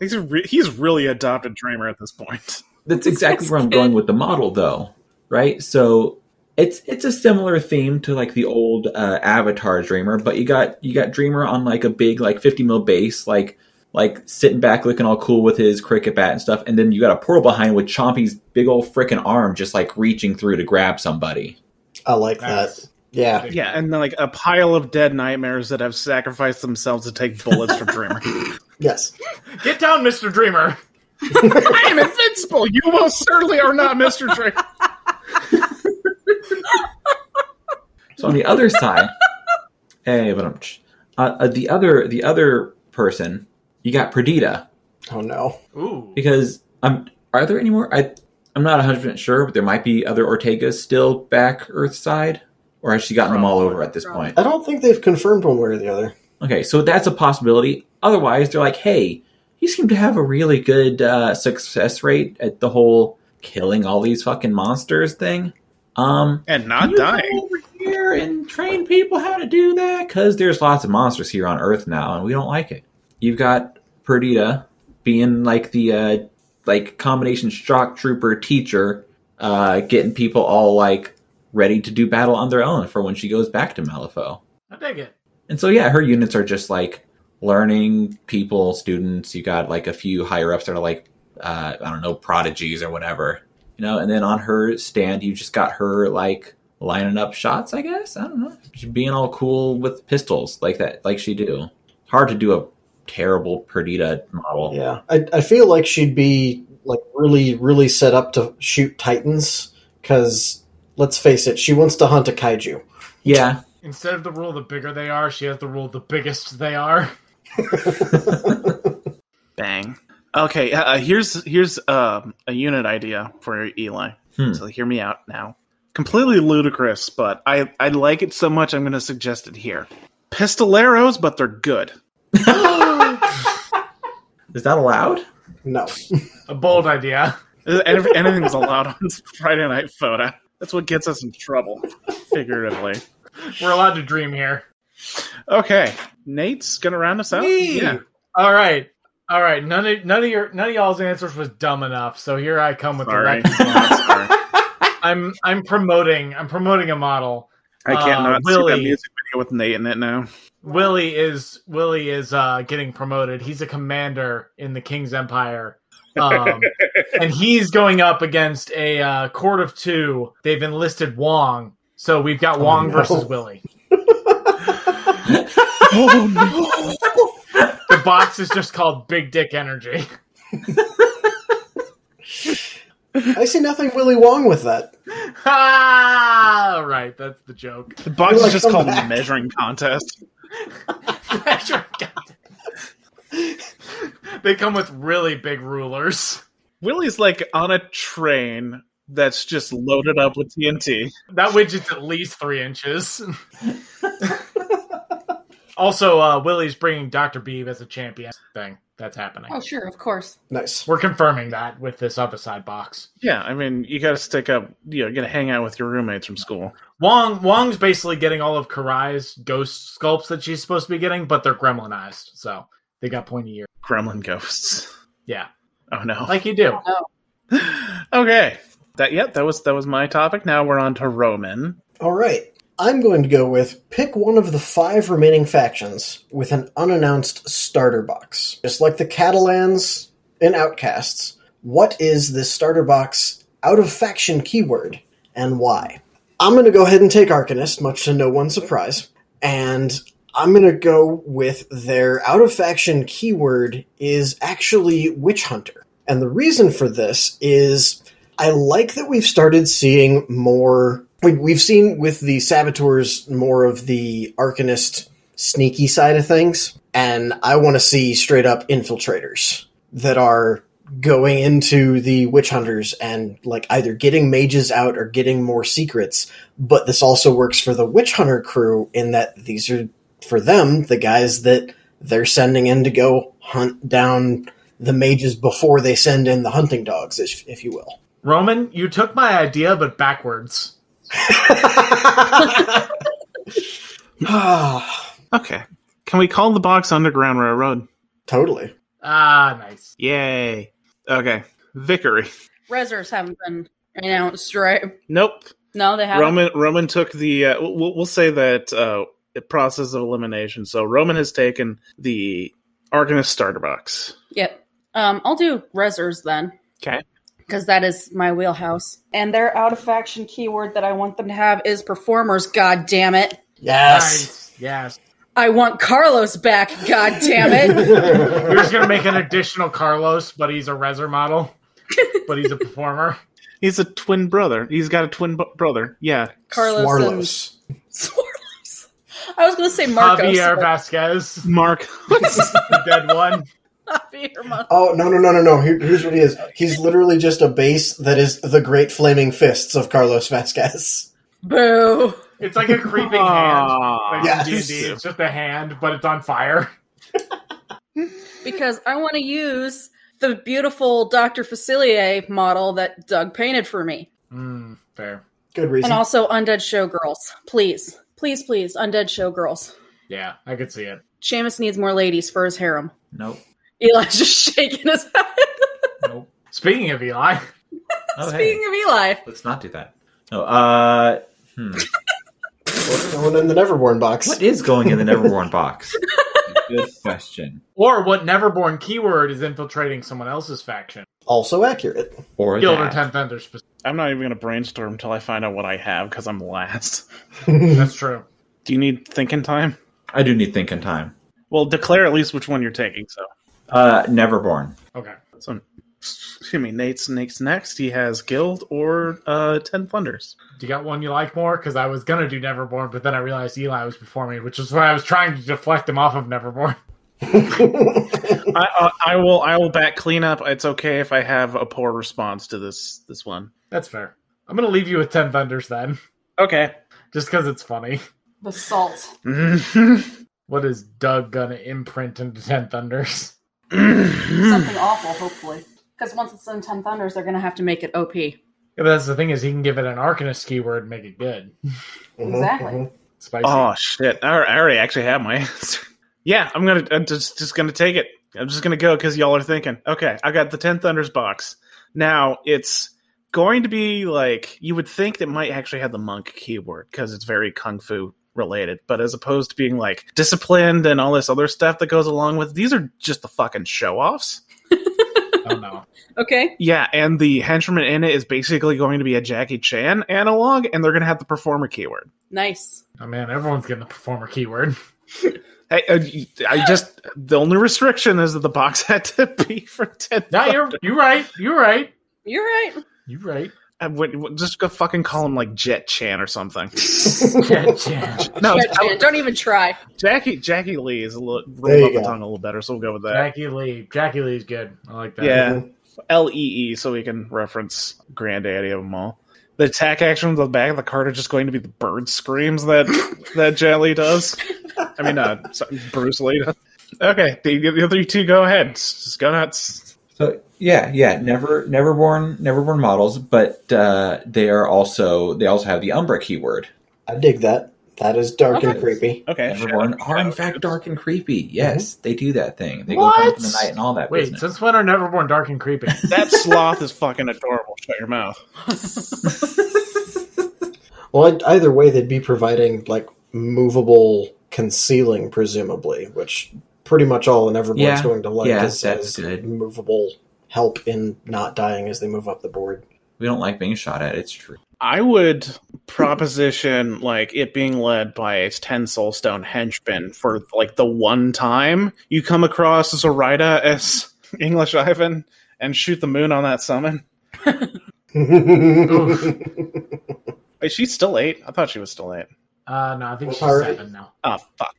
He's re- he's really adopted Dreamer at this point. [laughs] That's exactly where I'm good. going with the model, though, right? So it's it's a similar theme to like the old uh, Avatar Dreamer, but you got you got Dreamer on like a big like 50 mil base, like like sitting back looking all cool with his cricket bat and stuff, and then you got a portal behind with Chompy's big old frickin' arm just like reaching through to grab somebody. I like that. Nice. Uh, Yeah. Yeah, and like a pile of dead nightmares that have sacrificed themselves to take bullets for Dreamer. Yes. Get down, Mister Dreamer. [laughs] I am invincible. You most certainly are not, Mister Dreamer. So on the other side, hey, but I'm uh, uh, the other the other person, you got Perdita. Oh no. [laughs] Ooh, because um, are there any more? I I'm not 100% sure, but there might be other Ortegas still back Earthside, or has she gotten them all over at this Probably. point? I don't think they've confirmed one way or the other. Okay, so that's a possibility. Otherwise, they're like, hey, you seem to have a really good uh, success rate at the whole killing all these fucking monsters thing. Um, and can not you come dying. over here and train people how to do that because there's lots of monsters here on Earth now, and we don't like it. You've got Perdita being like the uh, like combination shock trooper teacher, uh, getting people all like ready to do battle on their own for when she goes back to Malifaux. I dig it. And so yeah, her units are just like learning people, students. You got like a few higher ups that are like uh, I don't know prodigies or whatever, you know. And then on her stand, you just got her like lining up shots. I guess I don't know. She's being all cool with pistols like that, like she do. Hard to do a terrible Perdita model. Yeah, I, I feel like she'd be like really, really set up to shoot titans because let's face it, she wants to hunt a kaiju. yeah. Instead of the rule the bigger they are, she has the rule the biggest they are. Bang. Okay, uh, uh, here's here's um, a unit idea for Eli. Hmm. So hear me out now. Completely ludicrous, but I I like it so much I'm going to suggest it here. Pistoleros, but they're good. Is that allowed? No, [laughs] A bold idea. Uh, any- Anything's allowed on [laughs] Friday Night Photo. That's what gets us in trouble, figuratively. We're allowed to dream here. Okay, Nate's going to round us out. Yeah. All right. All right. None of none of your none of y'all's answers was dumb enough. So here I come with Sorry. the right. [laughs] Sorry. I'm I'm promoting I'm promoting a model. I can't Uh, not see that Willie. music video with Nate in it now. Willie is Willie is uh, getting promoted. He's a commander in the King's Empire, um, and he's going up against a uh, court of two. They've enlisted Wong, so we've got Wong no. versus Willie. The box is just called Big Dick Energy. [laughs] I see nothing Willy Wong with that. ah, right, that's the joke. [laughs] The box Like, is just come called back. measuring contest. Measure- God. [laughs] they come with really big rulers. Willie's like on a train that's just loaded up with TNT. That widget's at least three inches. [laughs] also, uh, Willie's bringing Dr. Beeb as a champion thing. That's happening. Oh, sure, of course. Nice. We're confirming that with this other side box. Yeah, I mean, you got to stick up. You know, you got to hang out with your roommates from school. Wong Wong's basically getting all of Karai's ghost sculpts that she's supposed to be getting, but they're gremlinized, so they got pointy ears. Gremlin ghosts. [laughs] Yeah, Oh no. like you do. okay. That yep. That was that was my topic. Now we're on to Roman. All right, I'm going to go with pick one of the five remaining factions with an unannounced starter box, just like the Catalans and Outcasts. What is this starter box out of faction keyword and why? I'm going to go ahead and take Arcanist, much to no one's surprise, and I'm going to go with their out of faction keyword is actually Witch Hunter. And the reason for this is I like that we've started seeing more. we- We've seen with the Saboteurs more of the Arcanist sneaky side of things, and I want to see straight up infiltrators that are going into the witch hunters and like either getting mages out or getting more secrets but this also works for the witch hunter crew in that these are for them the guys that they're sending in to go hunt down the mages before they send in the hunting dogs if, if you will Roman, you took my idea but backwards. Ah, Okay. Can we call the box Underground Railroad? [sighs] totally Ah, nice. Yay. Okay. Vickery. Reserves haven't been announced, right? Nope. No, they haven't. Roman Roman took the uh, we'll, we'll say that uh, the process of elimination. So Roman has taken the Arcanist starter box. Yep. Um, I'll do Rezzers then. 'Kay. Because that is my wheelhouse. And their out of faction keyword that I want them to have is performers, god damn it. yes Nice. Yes. I want Carlos back, god damn it. We're just gonna make an additional Carlos, but he's a reser model. But he's a performer. He's a twin brother. He's got a twin b- brother. Yeah. Carlos Swarlos. and Swarlos. I was gonna say Marcos. Javier but- [laughs] Vasquez, Mark. the dead one. be your mother. Oh no no no no no! Here, here's what he is. He's literally just a base that is the great flaming fists of Carlos Vasquez. Boo. It's like a creeping hand. Like Aw. in Yes. D&D, it's just a hand, but it's on fire. Because I want to use the beautiful Dr. Facilier model that Doug painted for me. Mm, fair. Good reason. And also Undead Showgirls. Please. Please, please, Undead Showgirls. Yeah, I could see it. Seamus needs more ladies for his harem. [laughs] Nope. Eli's just shaking his head. Nope. Speaking of Eli, Oh, hey. Speaking of Eli, Let's not do that. No. Uh, hmm. Going in the Neverborn box. What is going in the [laughs] Neverborn box? Good question. or what Neverborn keyword is infiltrating someone else's faction? Also accurate. Mm-hmm, Or Guild or that. Tenth Ender specific. I'm not even going to brainstorm until I find out what I have because I'm last. That's true. Do you need thinking time? I do need thinking time. Well, declare at least which one you're taking. So, Uh, Neverborn. Okay. so excuse me, Nate's Nate's next. He has Guild or uh, Ten [laughs] Thunders. Do you got one you like more? Because I was gonna do Neverborn, but then I realized Eli was before me, which is why I was trying to deflect him off of Neverborn. I, uh, I, I will I will back clean up. It's okay if I have a poor response to this this one. That's fair. I'm gonna leave you with Ten Thunders then, Okay. just because it's funny. the salt. What is Doug gonna imprint into Ten Thunders? Doug Something [clears throat] awful, hopefully. Because once it's in 10 Thunders, they're going to have to make it OP. Yeah, but that's the thing is he can give it an Arcanist keyword and make it good. Mm-hmm, Exactly. Spicy. Oh shit! I, I already actually have my answer. [laughs] Yeah, I'm gonna. I'm just just gonna take it. I'm just gonna go because y'all are thinking. Okay, I got the Ten Thunders box. Now it's going to be like you would think that might actually have the monk keyword because it's very kung fu related. But as opposed to being like disciplined and all this other stuff that goes along with, these are just the fucking show offs. oh no. Okay. Yeah, and the henchman in it is basically going to be a Jackie Chan analog, and they're gonna have the performer keyword. Nice. Oh man, everyone's getting the performer keyword. Hey, uh, y- I just the only restriction is that the box [laughs] had to be for ten. No, you're you're right. You're right. You're right. You're right. I would- would just go fucking call him like Jet Chan or something. Yeah, yeah. No, Yeah, Jan, don't even try. Jackie Jackie Lee is a little There you rolled up the go. tongue a little better, so we'll go with that. Jackie Lee. Jackie Lee's good. I like that. Yeah, L E E, so we can reference granddaddy of them all. The attack action on the back of the card are just going to be the bird screams that that Jet Lee does. I mean, uh, sorry, Bruce Lee. Does. Okay, the, the other two go ahead. Just go nuts. So yeah, yeah, never, Neverborn, Neverborn models, but uh, they are also they also have the Umbra keyword. I dig that. That is dark Okay. and creepy. Okay, Neverborn are in fact dark and creepy. Yes, they do that thing. They go What? out in the night and all that Wait, business. since when are Neverborn dark and creepy? That sloth is fucking adorable. Shut your mouth. Well, I'd- either way, they'd be providing like movable concealing, presumably, which pretty much all an everyone's Yeah. going to like Yeah, is, that's is good. movable help in not dying as they move up the board. we don't like being shot at. It's true. I would proposition like it being led by a ten soulstone henchman for like the one time you come across as a Zoraida as English Ivan and shoot the moon on that summon. Oof. Wait, she's still eight. I thought she was still eight. Uh, no, I think she's Sorry. seven now. Oh fuck.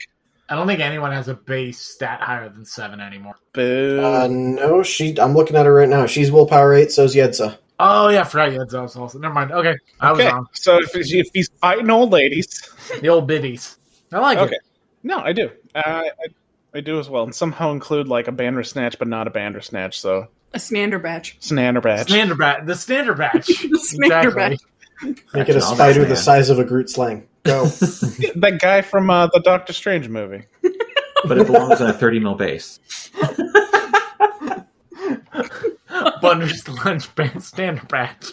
I don't think anyone has a base stat higher than seven anymore. Boo. [laughs] uh, no, she. I'm looking at her right now. She's willpower eight. So's Yedza. Oh yeah, I forgot you had Zeus also. Never mind. Okay, I was okay. wrong. So if, if he's fighting old ladies, The old biddies. I like Okay. it. no, I do. Uh, I, I do as well, and somehow include like a bandersnatch, but not a bandersnatch. So A snander batch. snanderbatch. Standard bat. The standard batch. standard batch. Make it a That's all spider the that's size of a Groot slang. Go. that guy from uh, the Doctor Strange movie. [laughs] But it belongs on a thirty mil base. Bunder's [laughs] lunch band standard batch.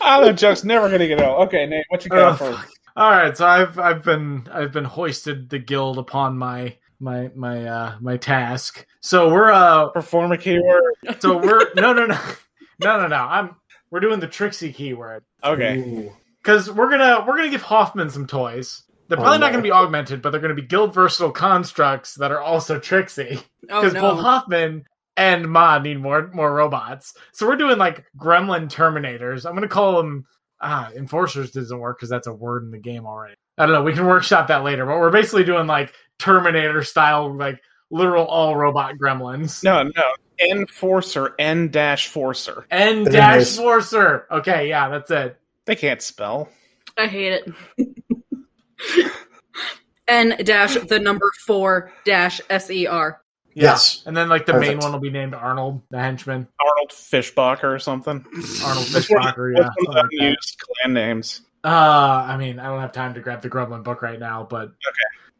Ah, that joke's never gonna get old. Okay, Nate, what you got Oh, for? All right, so I've I've been I've been hoisted the guild upon my my my uh my task. So we're uh Perform a keyword. so [laughs] we're no no no no no no I'm we're doing the Trixie keyword Okay. Ooh. because we're gonna we're gonna give Hoffman some toys. They're Oh, probably not no. gonna be augmented, but they're gonna be guild versatile constructs that are also Trixie Oh, because both no. Hoffman and Ma need more more robots. So we're doing like Gremlin Terminators. I'm gonna call them ah Enforcers doesn't work because that's a word in the game already. I don't know. We can workshop that later, but we're basically doing like Terminator style like literal all robot gremlins. No, no. Enforcer, N dash forcer. And There it Dash is. Forcer. Okay, yeah, that's it. They can't spell. I hate it. [laughs] N dash the number four dash S E R. Yes. And then like the main Perfect. one will be named Arnold, the henchman. Arnold Fishbacher or something. Arnold That's one- Fishbacher, yeah. What's something one of like the that. unused clan names? Uh, I mean, I don't have time to grab the Gremlin book right now, but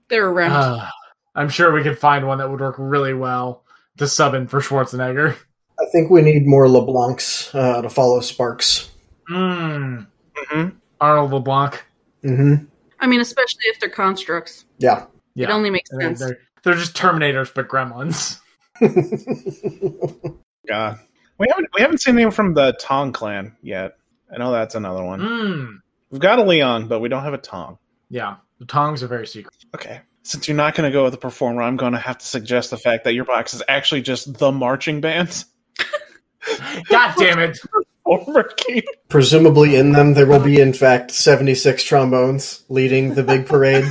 They're around. uh, I'm sure we could find one that would work really well to sub in for Schwarzenegger. I think we need more LeBlancs uh, to follow Sparks. Mm, Mm-hmm. hmm Arnold LeBlanc. Mm-hmm. I mean, especially if they're constructs. Yeah. Yeah. It only makes They're, sense. they're, they're just Terminators, but Gremlins. God, we haven't we haven't seen anyone from the Tong clan yet. I know that's another one. Mm, We've got a Leon, but we don't have a Tong. yeah. The tongs are very secret. Okay. Since you're not going to go with the performer, I'm going to have to suggest the fact that your box is actually just the marching bands. [laughs] God damn it. Former Keith. Presumably in them, there will be, in fact, 76 trombones leading the big parade.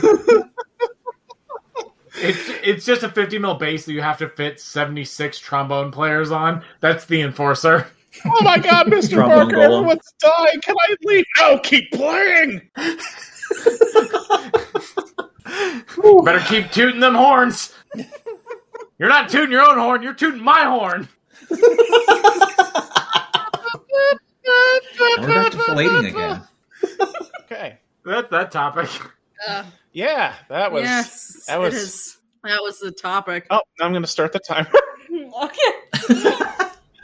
It's, it's just a 50 mil bass that you have to fit 76 trombone players on. That's the enforcer. Oh my God, Mr. Drum Barker, Golem. everyone's dying. Can I leave? No, keep playing. Better keep tooting them horns. You're not tooting your own horn, you're tooting my horn. Now we're back to filleting again. Okay. That's that topic. Uh, Yeah, that was. yes, that was- it is. That was the topic. Oh, now I'm going to start the timer. [laughs] [laughs] okay. [laughs]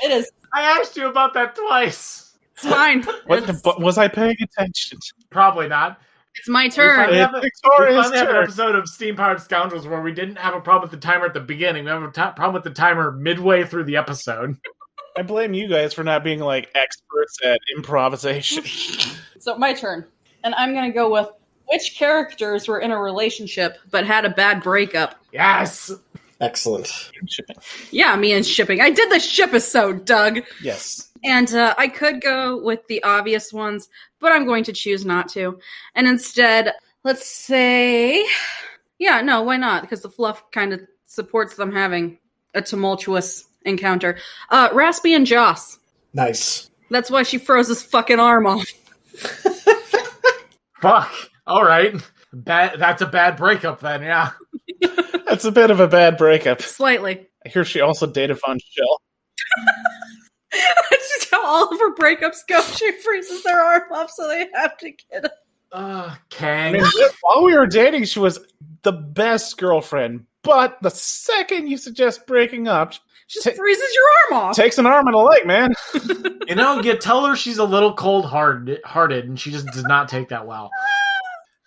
it is. I asked you about that twice. It's mine. What the, it's, bu- was I paying attention? Probably not. it's my We turn. finally It's have a- we Victoria's finally have an turn. episode of Steam Powered Scoundrels where we didn't have a problem with the timer at the beginning. We have a ti- problem with the timer midway through the episode. I blame you guys for not being like experts at [laughs] improvisation. So my turn, and I'm gonna go with which characters were in a relationship but had a bad breakup. [laughs] Yes. Excellent. Yeah, me and shipping. I did the ship episode, Doug, yes. and uh, I could go with the obvious ones, but I'm going to choose not to, and instead, let's say, yeah, no, why not? Because the fluff kind of supports them having a tumultuous encounter. Uh, Raspy and Joss. Nice. That's why she froze his fucking arm off. [laughs] Fuck. All right. Bad, that's a bad breakup then, yeah. That's a bit of a bad breakup. Slightly. I hear she also dated Von [laughs] Shell. [laughs] That's just how all of her breakups go. [laughs] She freezes their arm off, so they have to get it. Uh, I Kang. mean, th- while we were dating, she was the best girlfriend. But the second you suggest breaking up, Just Ta- freezes your arm off. takes an arm and a leg, man. [laughs] You know, you tell her she's a little cold hard- hearted, and she just does not take that [laughs] well.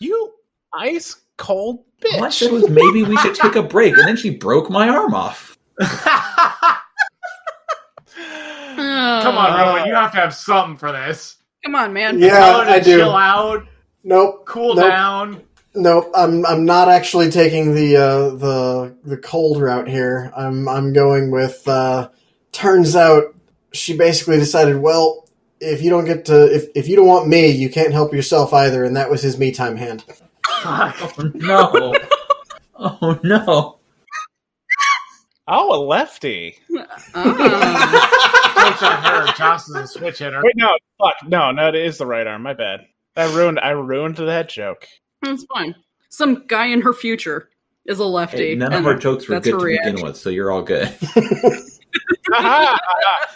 You ice cold bitch. What said was [laughs] maybe we should take a break, and then she broke my arm off. Come on, Rowan, you have to have something for this. Come on, man. Yeah, Tell her to I Chill do. out, Nope. cool Nope. down. Nope. I'm I'm not actually taking the uh, the the cold route here. I'm I'm going with. Uh, turns out she basically decided. Well, if you don't get to if if you don't want me, you can't help yourself either. And that was his me time [laughs] hand. Fuck. Oh, no. [laughs] Oh no. Oh, a lefty. [laughs] Ah. Switch on her. Joss is a switch [laughs] hitter. Wait, no, fuck, no, no, it is the right arm. My bad. I ruined. I ruined that joke. that's fine. Some guy in her future is a lefty. Hey, none of and our jokes were that's good her to reaction. begin with, so you're all good. Ha, ha,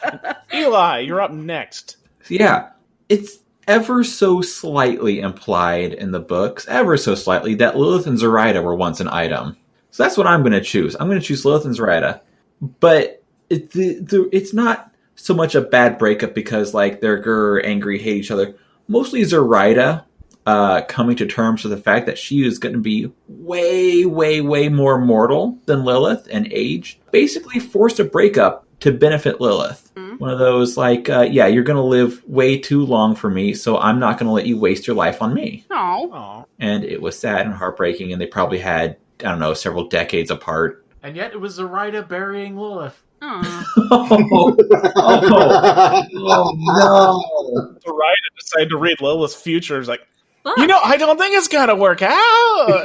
ha. Eli, you're up next. yeah, it's ever so slightly implied in the books, ever so slightly, that Lilith and Zoraida were once an item. So that's what I'm going to choose. I'm going to choose Lilith and Zoraida, but it, the, the, it's not so much a bad breakup because like they're grr, angry, hate each other. Mostly Zoraida uh, coming to terms with the fact that she is going to be way, way, way more mortal than Lilith and age. Basically, forced a breakup to benefit Lilith. Mhm. One of those, like, uh, yeah, you're going to live way too long for me, so I'm not going to let you waste your life on me. Aw. Oh, And it was sad and heartbreaking, and they probably had, I don't know, several decades apart. [laughs] And yet it was Zoraida burying Lilith. Aw. oh, oh, oh, no. the writer decided to read Lilith's future. Is like, Fuck. you know, I don't think it's gonna work out.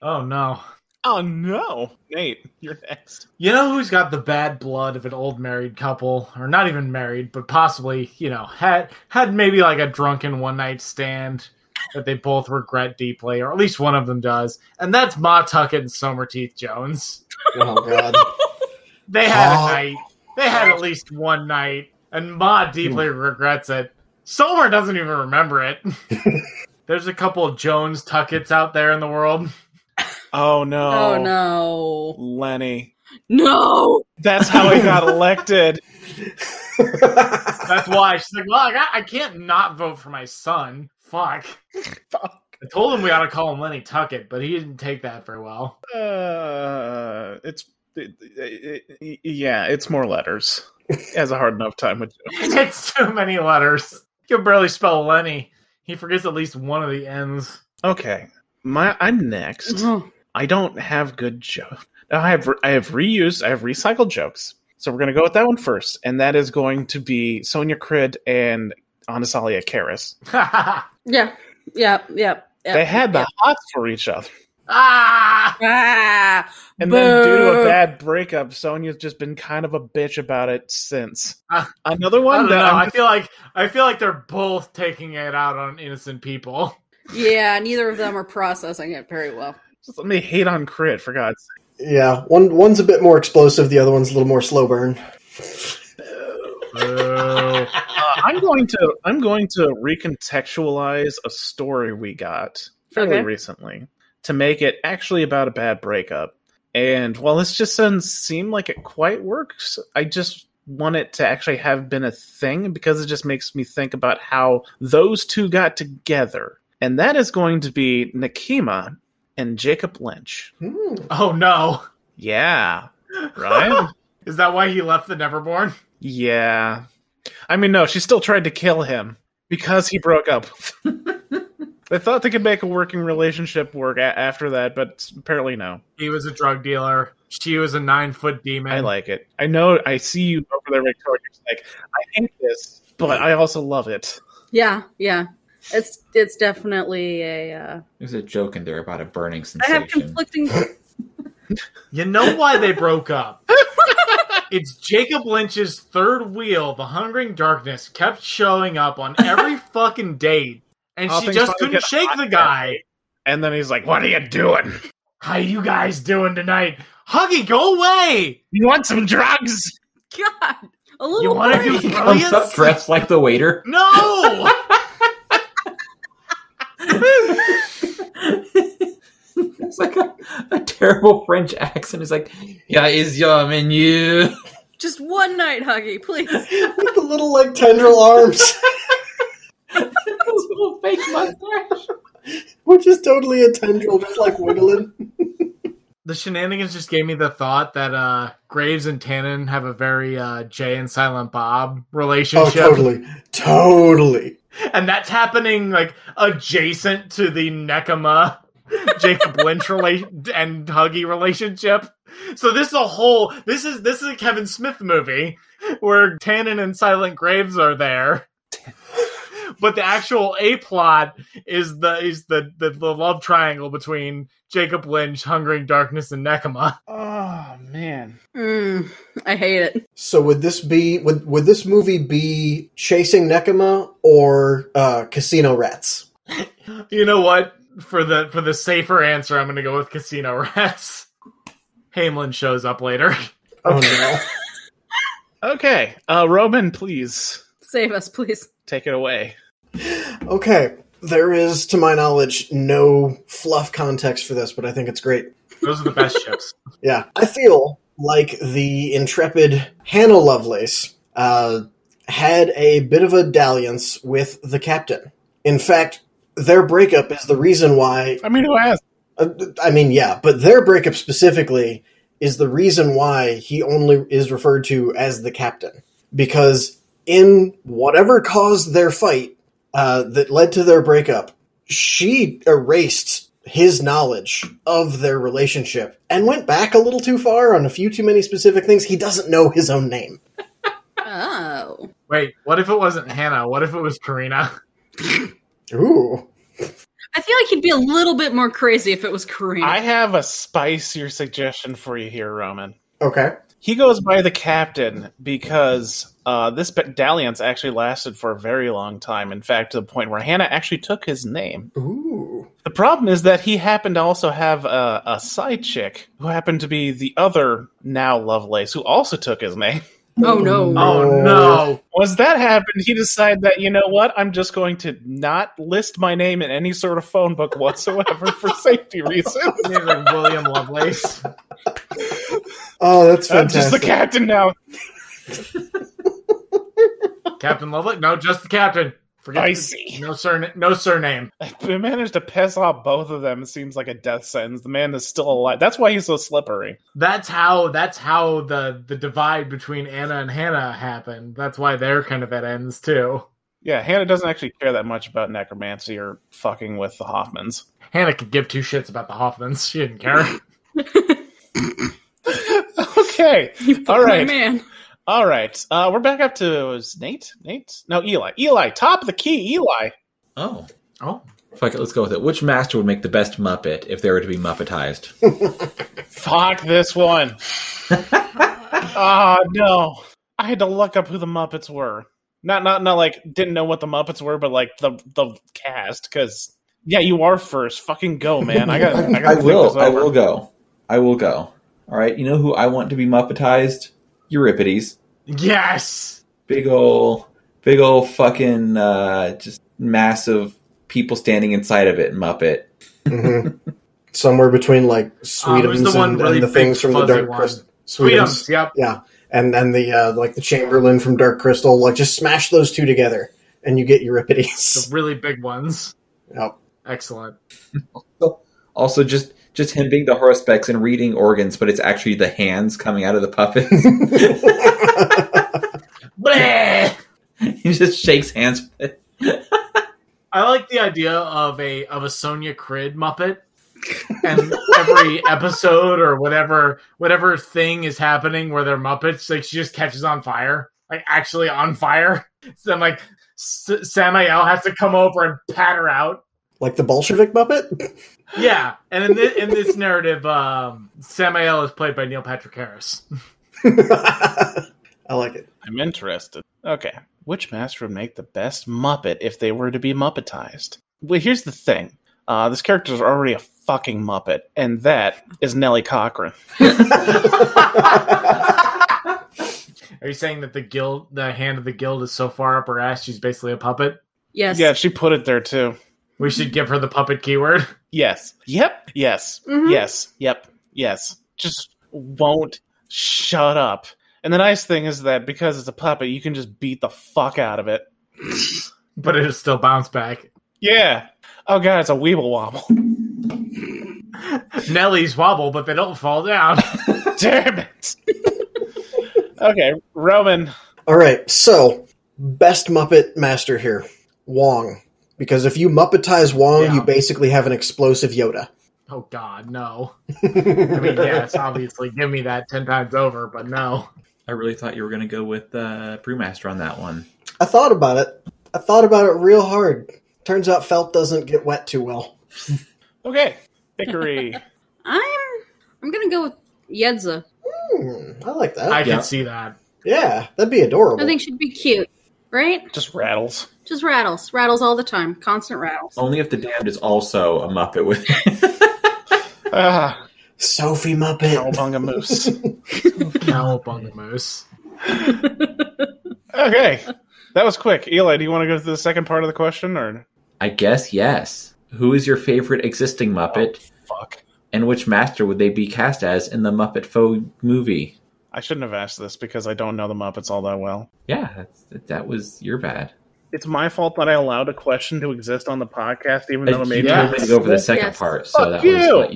Oh no. Oh no, Nate, you're next. You know who's got the bad blood of an old married couple, or not even married, but possibly, you know, had had maybe like a drunken one night stand that they both regret deeply, or at least one of them does, and that's Ma Tuckett and Somerteeth Jones. [laughs] Oh god. They had Oh. a night. They had at least one night, and Ma deeply regrets it. Somer doesn't even remember it. There's a couple of Jones Tuckets out there in the world. Oh no. Oh, no. Lenny. No. That's how he got elected. That's why she's like, well, I, got, I can't not vote for my son. Fuck. [laughs] Fuck. I told him we ought to call him Lenny Tuckett, but he didn't take that very well. [laughs] Uh, it's it, it, it- yeah, it's more letters. He has a hard enough time with you. It's too many letters. He can barely spell Lenny. He forgets at least one of the N's. [laughs] Okay, my I'm next. Uh-huh. I don't have good jokes. I have I have reused, I have recycled jokes. So we're gonna go with that one first, and that is going to be Sonia Crid and Anasalia Karras. Ah! Yeah. Yeah. Yeah. yeah. They had the hots for each other, ah! Ah, and then due to Boo. a bad breakup, Sonia's just been kind of a bitch about it since. Ah. Another I one don't that know. I'm I feel like I feel like they're both taking it out on innocent [laughs] people. yeah. Neither of them are processing it very well. Just let me hate on Crit, for God's sake. yeah, one one's a bit more explosive, the other one's a little more slow burn. Boo. Uh, I'm going to I'm going to recontextualize a story we got fairly Okay. recently to make it actually about a bad breakup. And while this just doesn't seem like it quite works, I just want it to actually have been a thing because it just makes me think about how those two got together. And that is going to be Nakima and Jacob Lynch. Hmm. oh no! Yeah. Right? Is that why he left the Neverborn? Yeah. I mean, no, she still tried to kill him because he broke up. [laughs] they thought they could make a working relationship work a- after that, but apparently no. He was a drug dealer. She was a nine foot demon. I like it. I know I see you over there, Victoria. It's like, I hate this, but I also love it. Yeah. Yeah. It's it's definitely a. Uh, There's a joke in there about a burning I have sensation. conflicting. You know why they broke [laughs] up? it's Jacob Lynch's third wheel, The Hungering Darkness, kept showing up on [laughs] every fucking date, and Oh, she things just finally couldn't get shake hot the now. guy. And then he's like, What are you doing? How you guys doing tonight? Huggy, go away! You want some drugs? God, a little. You [laughs] want to do worried. Comes up brilliance? dressed like the [laughs] waiter. No! It's like a, a terrible French accent. It's like, yeah, is your [laughs] menu? Just one night, Huggy, please. With the little like tendril arms, [laughs] His little fake mustache. which is totally a tendril, just like wiggling. [laughs] the shenanigans just gave me the thought that uh, Graves and Tannen have a very uh, Jay and Silent Bob Oh, relationship. totally, totally. and that's happening like adjacent to the Nekama Jacob Lynch relation and Huggy relationship. So this is a whole this is this is a Kevin Smith movie where Tannen and Silent Graves are there. But the actual A plot is the is the, the the love triangle between Jacob Lynch, Hungering Darkness, and Nekama. Oh, man. Mm, I hate it. So would this be would would this movie be Chasing Nekama or uh, Casino Rats? You know what? For the for the safer answer, I'm gonna go with Casino Rats. Hamlin shows up later. [laughs] Oh no! Okay. Uh, Roman, please Save us, please. take it away. [laughs] Okay, there is, to my knowledge, no fluff context for this, but I think it's great. Those are the best ships. Yeah, I feel like the intrepid Hannah Lovelace uh, had a bit of a dalliance with the captain. In fact, their breakup is the reason why. I mean, who asked? Uh, I mean, yeah, but their breakup specifically is the reason why he only is referred to as the captain. Because in whatever caused their fight uh, that led to their breakup, she erased his knowledge of their relationship and went back a little too far on a few too many specific things. He doesn't know his own name. Oh, Wait, what if it wasn't Hannah? What if it was Karina? Ooh. I feel like he'd be a little bit more crazy if it was Korean. I have a spicier suggestion for you here, Roman. Okay. He goes by the captain because uh, this ba- dalliance actually lasted for a very long time. In fact, to the point where Hannah actually took his name. Ooh. The problem is that he happened to also have a, a side chick who happened to be the other now Lovelace, who also took his name. oh no. [laughs] Oh no! Once that happened, he decided that, you know what, I'm just going to not list my name in any sort of phone book whatsoever for [laughs] safety reasons. Named like William Lovelace. Oh, that's I'm fantastic. just the captain now. Captain Lovelace? No, just the captain. Forget I the- see. No surna- no surname. I managed to piss off both of them. It seems like a death sentence. The man is still alive. That's why he's so slippery. That's how that's how the the divide between Anna and Hannah happened. That's why they're kind of at ends too. Yeah, Hannah doesn't actually care that much about necromancy or fucking with the Hoffmans. [laughs] Hannah could give two shits about the Hoffmans. She didn't care. Okay. You All put my right. man. All right. Uh, we're back up to was Nate? Nate? No, Eli. Eli, top of the key, Eli. Oh, oh, fuck it. Let's go with it. Which master would make the best Muppet if they were to be Muppetized? Fuck this one. Ah, no. I had to look up who the Muppets were. Not not not like didn't know what the Muppets were, but like the the cast. Because yeah, you are first. Fucking go, man. I got. I, gotta [laughs] I think this will. I over. will go. I will go. All right. You know who I want to be Muppetized? Euripides. yes. Big ol' big ol' fucking uh, just massive people standing inside of it Muppet. Mhm. Somewhere between like Um, it was Sweetums the one and, really and the big, things from the fuzzy Dark one. Crystal. Sweetums. Yep. Yeah, and and the uh, like the Chamberlain from Dark Crystal. Like just smash those two together, and you get The Euripides. really big ones. Yep. Excellent. Also, just just him being the horospecs and reading organs, but it's actually the hands coming out of the puppet. Bleh! [laughs] he just shakes hands. I like the idea of a of a Sonia Crid Muppet, and [laughs] every episode or whatever whatever thing is happening where they're Muppets, like she just catches on fire, like actually on fire. So then like S- Samael has to come over and pat her out. [laughs] like the Bolshevik Muppet. [laughs] Yeah, and in this, in [laughs] this narrative, um, Samael is played by Neil Patrick Harris. I like it. I'm interested. Okay. Which master would make the best Muppet if they were to be Muppetized? Well, here's the thing. Uh, this character's already a fucking Muppet, and that is Nellie Cochran. Are you saying that the guild, the hand of the guild, is so far up her ass she's basically a puppet? Yes. Yeah, she put it there too. We should give her the puppet keyword. [laughs] Yes. Yep. Yes. Mhm. Yes. Yep. Yes. Just won't shut up. And the nice thing is that because it's a puppet, you can just beat the fuck out of it. but it'll still bounce back. Yeah. Oh god, it's a weeble wobble. [laughs] Nellies wobble, but they don't fall down. [laughs] Damn it. [laughs] okay, Roman. All right, so best Muppet master here, Wong. Because if you Muppetize Wong, Yeah. you basically have an explosive Yoda. oh God, no. I mean, yes, obviously, give me that ten times over, but no. I really thought you were going to go with uh, Brewmaster on that one. [laughs] I thought about it. I thought about it real hard. Turns out felt doesn't get wet too well. Okay. Hickory. I'm I'm gonna go with Yedza. Hmm, I like that. I Yeah. can see that. yeah, that'd be adorable. I think she'd be cute. Right? just rattles. Just rattles. Rattles all the time. Constant rattles. Only if the damned is also a Muppet with Ah, Sophie Oh, Muppet. cowabunga moose. Cowabunga moose. Okay. That was quick. Eli, do you want to go to the second part of the question or I guess yes. Who is your favorite existing Muppet, Oh. fuck. and which master would they be cast as in the Muppet Foe movie? I shouldn't have asked this because I don't know the Muppets all that well. Yeah, that's, that- that was your bad. It's my fault that I allowed a question to exist on the podcast, even though it made you yeah. told me to go for the second Yes. part, so Fuck that you. was what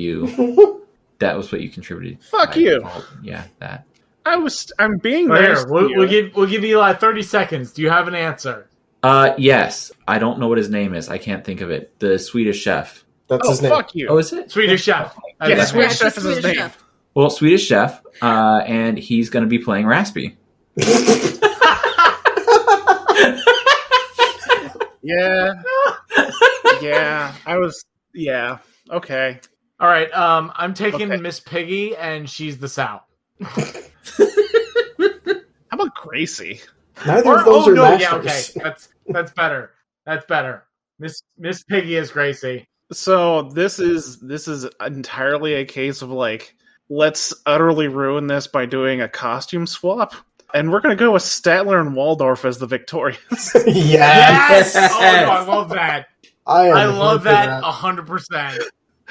you [laughs] that was what you contributed. Fuck by you. default. Yeah, that. I was. I'm being Right nice. here, to we'll, you. we'll give we'll give Eli thirty seconds. Do you have an answer? Uh, yes. I don't know what his name is. I can't think of it. The Swedish chef. That's oh his name. fuck you. Oh, is it? Swedish chef. That's Yes, it. Swedish she's chef is his Swedish name. chef. Well, Swedish chef, uh, and he's going to be playing Raspy. yeah. yeah, I was. Yeah. Okay. All right, um, I'm taking Okay. Miss Piggy, and she's the sow. How about Gracie? Neither Or- of those oh are no, masters. yeah, okay, that's that's better. That's better. Miss Miss Piggy is Gracie. So this is this is entirely a case of like, let's utterly ruin this by doing a costume swap, and we're gonna go with Statler and Waldorf as the Victorians. [laughs] yeah, Yes! Oh, no, I love that. I, am I love here for that hundred percent. [laughs]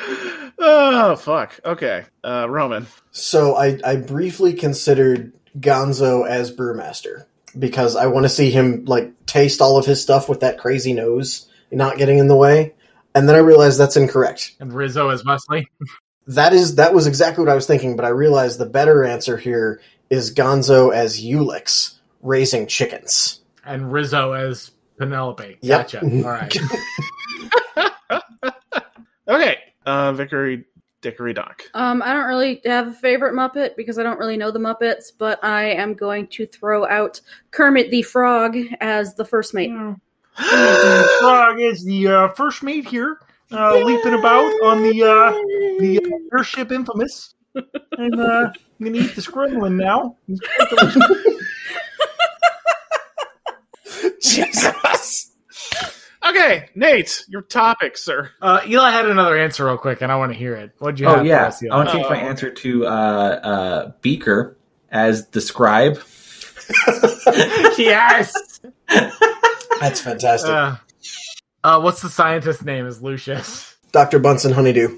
oh fuck. Okay. Uh, Roman. So I, I briefly considered Gonzo as brewmaster because I want to see him like taste all of his stuff with that crazy nose, not getting in the way. And then I realized that's incorrect. And Rizzo is Wesley. That is that was exactly what I was thinking, but I realized the better answer here is Gonzo as Ulix raising chickens. and Rizzo as Penelope. Yep. Gotcha. All right. Okay. Uh, Vickery Dickory Dock. [gasps] Um, I don't really have a favorite Muppet because I don't really know the Muppets, but I am going to throw out Kermit the Frog as the first mate. Frog is the uh, first mate here, uh, leaping about on the uh, the uh, airship Infamous, and uh, I'm gonna eat this gremlin now. Jesus. Okay, Nate, your topic, sir. Uh, Eli had another answer real quick, and I want to hear it. What'd you Oh have? yeah, for us, Eli? I want to change Oh, my okay. answer to uh, uh, Beaker as the scribe. Oh. [laughs] yes. That's fantastic. [laughs] Uh, uh, what's the scientist's name? Is Lucius Dr. Bunsen Honeydew.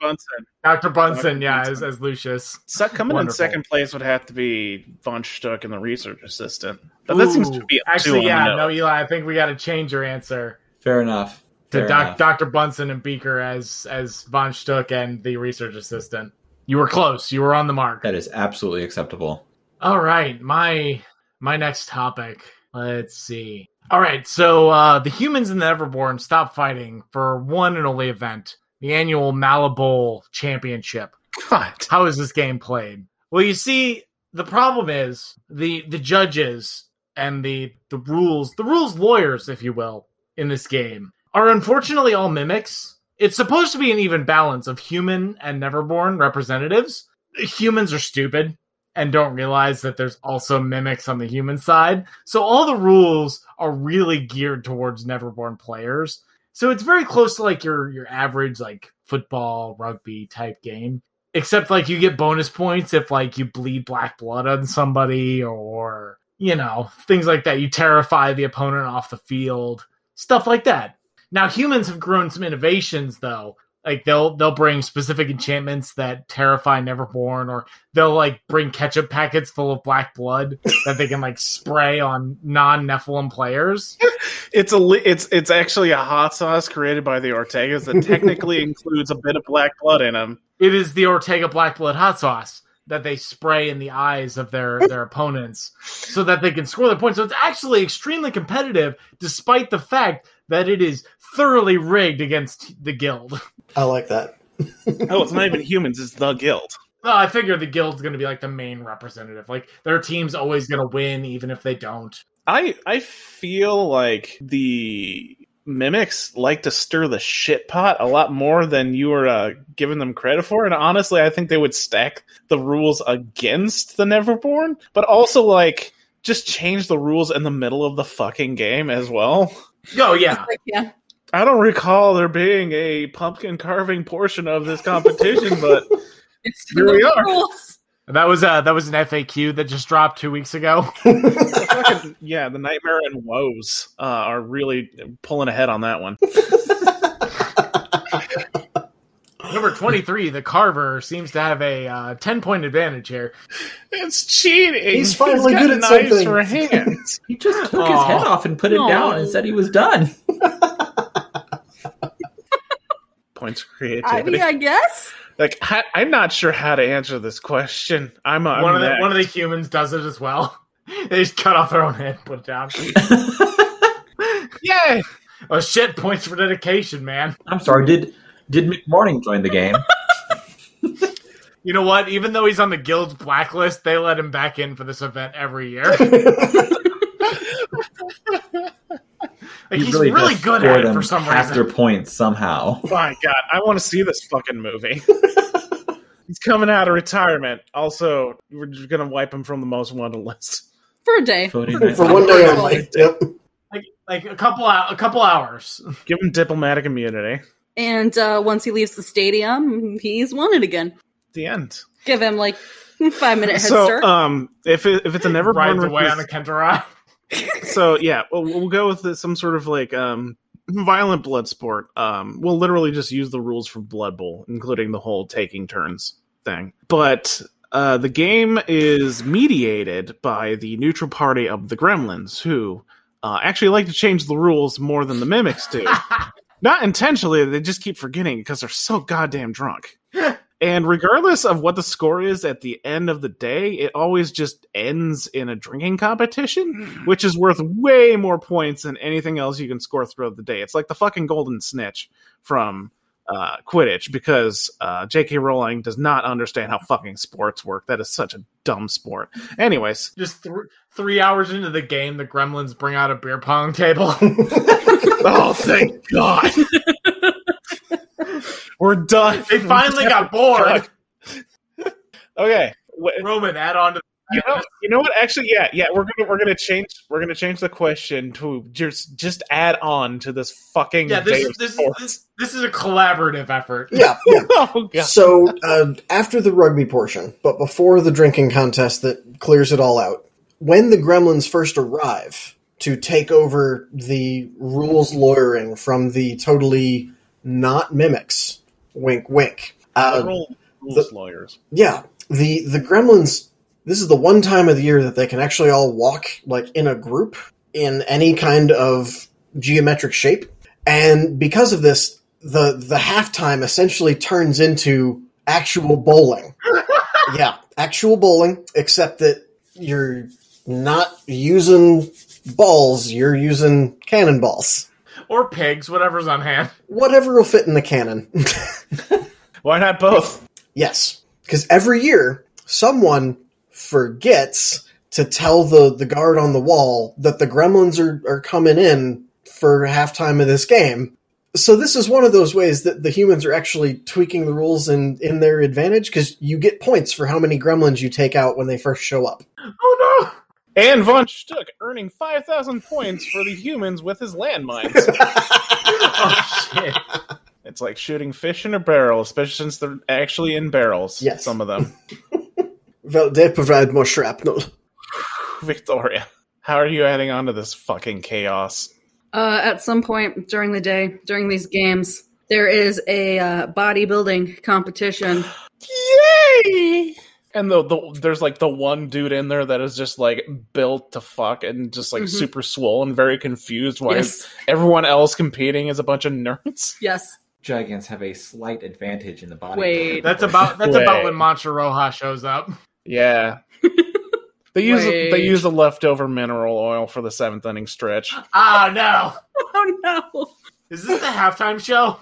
Bunsen. Dr. Bunsen? Dr. Yeah, as, Bunsen. as Lucius. So coming Wonderful. in second place would have to be Von Stuck and the research assistant. But that seems to Ooh. be actually too yeah. on the [laughs] No, nose. Eli, I think we got to change your answer Fair enough. to Fair doc, enough. Dr. Bunsen and Beaker as as von Stuck and the research assistant. You were close. You were on the mark. That is absolutely acceptable. All right, my my next topic. Let's see. All right, so uh, the humans in the Everborn stop fighting for one and only event, the annual Malibol Championship. God. How is this game played? Well, you see, the problem is the the judges and the the rules, the rules lawyers, if you will, in this game are unfortunately all mimics. It's supposed to be an even balance of human and neverborn representatives. Humans are stupid and don't realize that there's also mimics on the human side. So all the rules are really geared towards neverborn players. So it's very close to like your your average like football, rugby type game except like you get bonus points if like you bleed black blood on somebody or you know things like that you terrify the opponent off the field stuff like that now humans have grown some innovations though like they'll they'll bring specific enchantments that terrify neverborn or they'll like bring ketchup packets full of black blood that they can like spray on non-nephilim players It's a li- it's it's actually a hot sauce created by the Ortegas that [laughs] technically includes a bit of black blood in them. It is the Ortega Black Blood hot sauce that they spray in the eyes of their their opponents so that they can score their points. So it's actually extremely competitive, despite the fact that it is thoroughly rigged against the guild. [laughs] I like that. Oh, it's not even humans; it's the guild. Well, I figure the guild's going to be like the main representative. Like their team's always going to win, even if they don't. I I feel like the mimics like to stir the shit pot a lot more than you are uh, giving them credit for and honestly i think they would stack the rules against the neverborn but also like just change the rules in the middle of the fucking game as well Oh yeah, Yeah. i don't recall there being a pumpkin carving portion of this competition [laughs] but It's Here we are. Rules. [laughs] that was uh that was an FAQ that just dropped two weeks ago. the fucking, yeah the nightmare and woes uh, are really pulling ahead on that one Number twenty three, the Carver seems to have a uh, ten point advantage here. it's cheating He's finally got good at knives something. for hands [laughs] He just took his Aw. head off and put it down and said he was done. points of I creativity. mean, I guess. like I, I'm not sure how to answer this question. I'm a one of the one of the humans does it as well. [laughs] They just cut off their own head, and put it down. yeah. oh shit! Points for dedication, man. I'm sorry. Did did McMorning join the game? You know what? Even though he's on the guild's blacklist, they let him back in for this event every year. Like, You [laughs] he's really, just good score at it them for some half reason. their points [laughs] somehow. My God, I want to see this fucking [laughs] movie. He's coming out of retirement. Also, we're just gonna wipe him from the most wanted list. for a day. Voting For rights. one day only. Yep. Like, like a couple hou- a couple hours. Give him diplomatic immunity. And uh, once he leaves the stadium, he's wanted again. The end. Give him like [laughs] five minute head So, start. um, if it, if it's a never Rides with away this- on a Kendra. so yeah, we'll, we'll go with the, some sort of like um violent blood sport. Um, we'll literally just use the rules from Blood Bowl, including the whole taking turns thing. But uh, the game is mediated by the neutral party of the Gremlins, who uh, actually like to change the rules more than the mimics do. Not intentionally, they just keep forgetting because they're so goddamn drunk. and regardless of what the score is at the end of the day, it always just ends in a drinking competition, which is worth way more points than anything else you can score throughout the day. It's like the fucking golden snitch from uh, Quidditch because uh, J.K. Rowling does not understand how fucking sports work. That is such a dumb sport. Anyways, [laughs] [laughs] Just th- three hours into the game, the Gremlins bring out a beer pong table. [laughs] oh thank God, [laughs] we're done. [laughs] they finally got bored. Okay. Wh- Roman, add on to you know, you know what? Actually, yeah, yeah, we're gonna we're gonna change we're gonna change the question to just just add on to this fucking yeah. This day of is this, sport. [laughs] this this is a collaborative effort. Yeah, yeah. oh god, So uh, after the rugby portion, but before the drinking contest that clears it all out, when the gremlins first arrive to take over the rules lawyering from the totally not mimics, wink, wink. Uh, Roll rules lawyers. yeah, the the gremlins. This is the one time of the year that they can actually all walk like in a group in any kind of geometric shape, and because of this, the the halftime essentially turns into actual bowling. yeah, actual bowling, except that you're not using balls; you're using cannonballs. Or pigs, whatever's on hand. Whatever will fit in the cannon. [laughs] Why not both? Yes, because every year someone forgets to tell the, the guard on the wall that the gremlins are, are coming in for halftime of this game. So this is one of those ways that the humans are actually tweaking the rules in, in their advantage because you get points for how many gremlins you take out when they first show up. Oh no. And von Stuck earning five thousand points for the humans with his landmines. [laughs] Oh shit. it's like shooting fish in a barrel, especially since they're actually in barrels. Yes. some of them. [laughs] Well, they provide more shrapnel. [laughs] Victoria, how are you adding on to this fucking chaos? Uh, at some point during the day, during these games, there is a uh, bodybuilding competition. Yay! And the, the there's like the one dude in there that is just like built to fuck and just like Mhm. super swollen, very confused [gasps] why Yes, everyone else competing is a bunch of nerds. yes. [laughs] Dragons have a slight advantage in the body. Wait. That's about that's Wait. about when Mancha Roja shows up. [laughs] Yeah. They use they Wait. use the leftover mineral oil for the seventh [gasps] inning stretch. Ah no. Oh no! Is this the halftime show?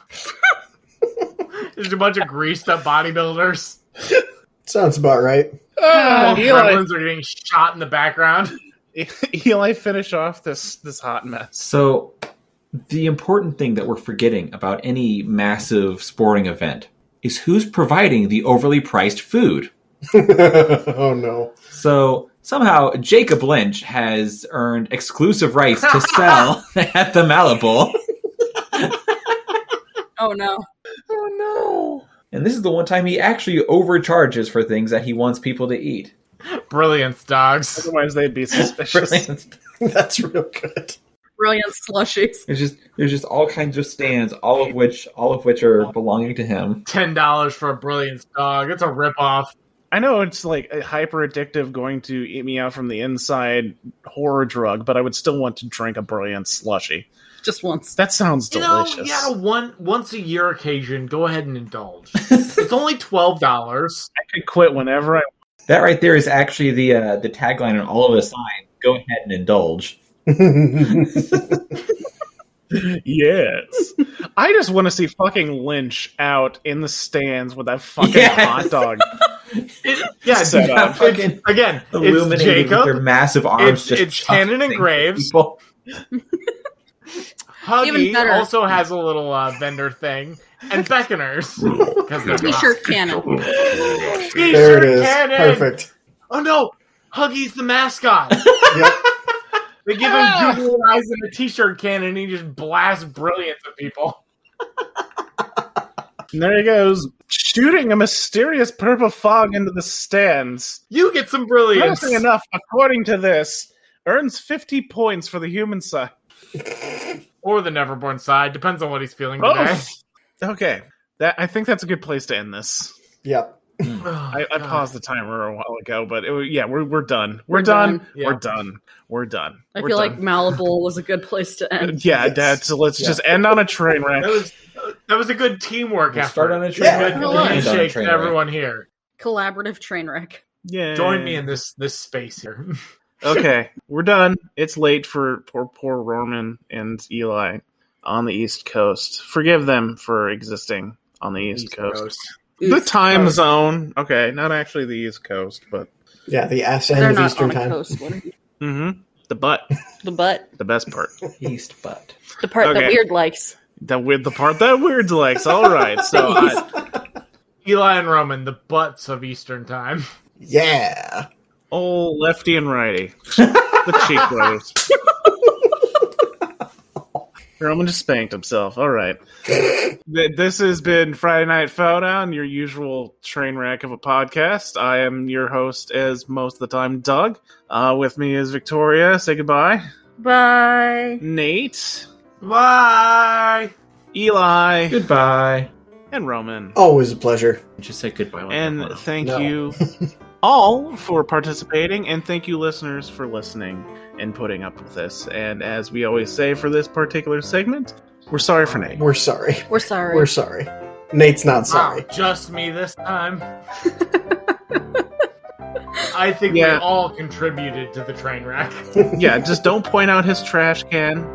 There's a bunch of greased up bodybuilders. Sounds about right. Ah, All Eli, gremlins are getting shot in the background. E-, Eli, finish off this this hot mess. So, the important thing that we're forgetting about any massive sporting event is who's providing the overly priced food. [laughs] oh no. So, somehow, Jacob Lynch has earned exclusive rights [laughs] to sell [laughs] at the Malibu. Oh no! Oh And this is the one time he actually overcharges for things that he wants people to eat. [laughs] Brilliance dogs. Otherwise, [laughs] they'd be suspicious. Brilliant. [laughs] That's real good. Brilliant slushies. There's just there's just all kinds of stands, all of which all of which are belonging to him. Ten dollars for a brilliance dog. It's a ripoff. I know it's like a hyper addictive, going to eat me out from the inside horror drug, but I would still want to drink a brilliant slushy. Just once. That sounds You delicious. know, yeah, one once a year occasion, go ahead and indulge. it's only twelve dollars. I could quit whenever I. [laughs] That right there is actually the uh, the tagline on all of his signs. Go ahead and indulge. Yes, [laughs] I just want to see fucking Lynch out in the stands with that fucking Yes. hot dog. Yeah, Set yeah, up. it's- [laughs] Fucking again, it's Illuminated with their Jacob. massive arms. It's, just it's Hannon and chucking things at Graves. people. Even Huggy better. also has a little uh, vendor thing and [laughs] beckoners because they're not. T-shirt [laughs] cannon. T-shirt There it is. cannon! Perfect. Oh no, Huggy's the [laughs] mascot. Yep. They give Ah. him googly eyes and a T-shirt cannon, and he just blasts brilliance at people. And there he goes, shooting a mysterious purple fog into the stands. You get some brilliance. Interesting enough, according to this, earns 50 points for the human side. or the Neverborn side, depends on what he's feeling Oh. [sighs] today. Both. Oh. Okay. That, I think that's a good place to end this. Yep. Oh, Oh I, I paused the timer a while ago, but it, yeah, we're, we're done. We're, We're done. done. Yeah. We're done. We're done. I We're feel like done. Malibu was a good place to end. [laughs] yeah, Yes. Dad. So let's Yeah. just end on a train wreck. That was that was a good teamwork We'll effort. start on a train Yeah. wreck. Good and then end on a handshake train to wreck. everyone here. Collaborative train wreck. Yeah. Join me in this this space here. [laughs] okay, we're done. It's late for poor, poor Roman and Eli on the East Coast. Forgive them for existing on the East, Coast. The time Coast. zone. Okay, not actually the East Coast, but Yeah, the ass They're end of not on Eastern a time. coast. What are you- mm-hmm, the butt, The butt, the best part. [laughs] East butt. the part Okay. that Weird likes. That weird, the part that weird likes. All right, [laughs] so I, Eli and Roman, the butts of Eastern time. [laughs] Yeah. old Oh, lefty and righty, the cheek brothers. Roman just spanked himself. All right. Th- this has been Friday Night Down, your usual train wreck of a podcast. I am your host, as most of the time, Doug. Uh, with me is Victoria. Say goodbye. Bye. Nate, Bye. Eli, Goodbye. and Roman. Always a pleasure. Just say goodbye. once in a and while. thank No. you all for participating and thank you listeners for listening and putting up with this and as we always say for this particular segment we're sorry for [laughs] nate We're sorry. We're sorry. We're sorry. Nate's not sorry. Wow, just me this [laughs] time. I think we Yeah. all contributed to the train wreck. yeah just don't point out his trash can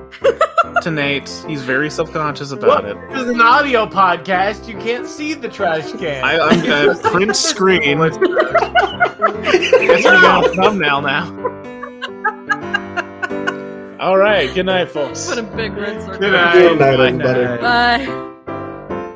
to nate he's very self-conscious about it This is an audio podcast. You can't see the trash can. I, I'm gonna print screen. That's my little thumbnail now. All right. Good night, folks. Put a big red circle. Good night. Good night, Bye. everybody. uh, Bye.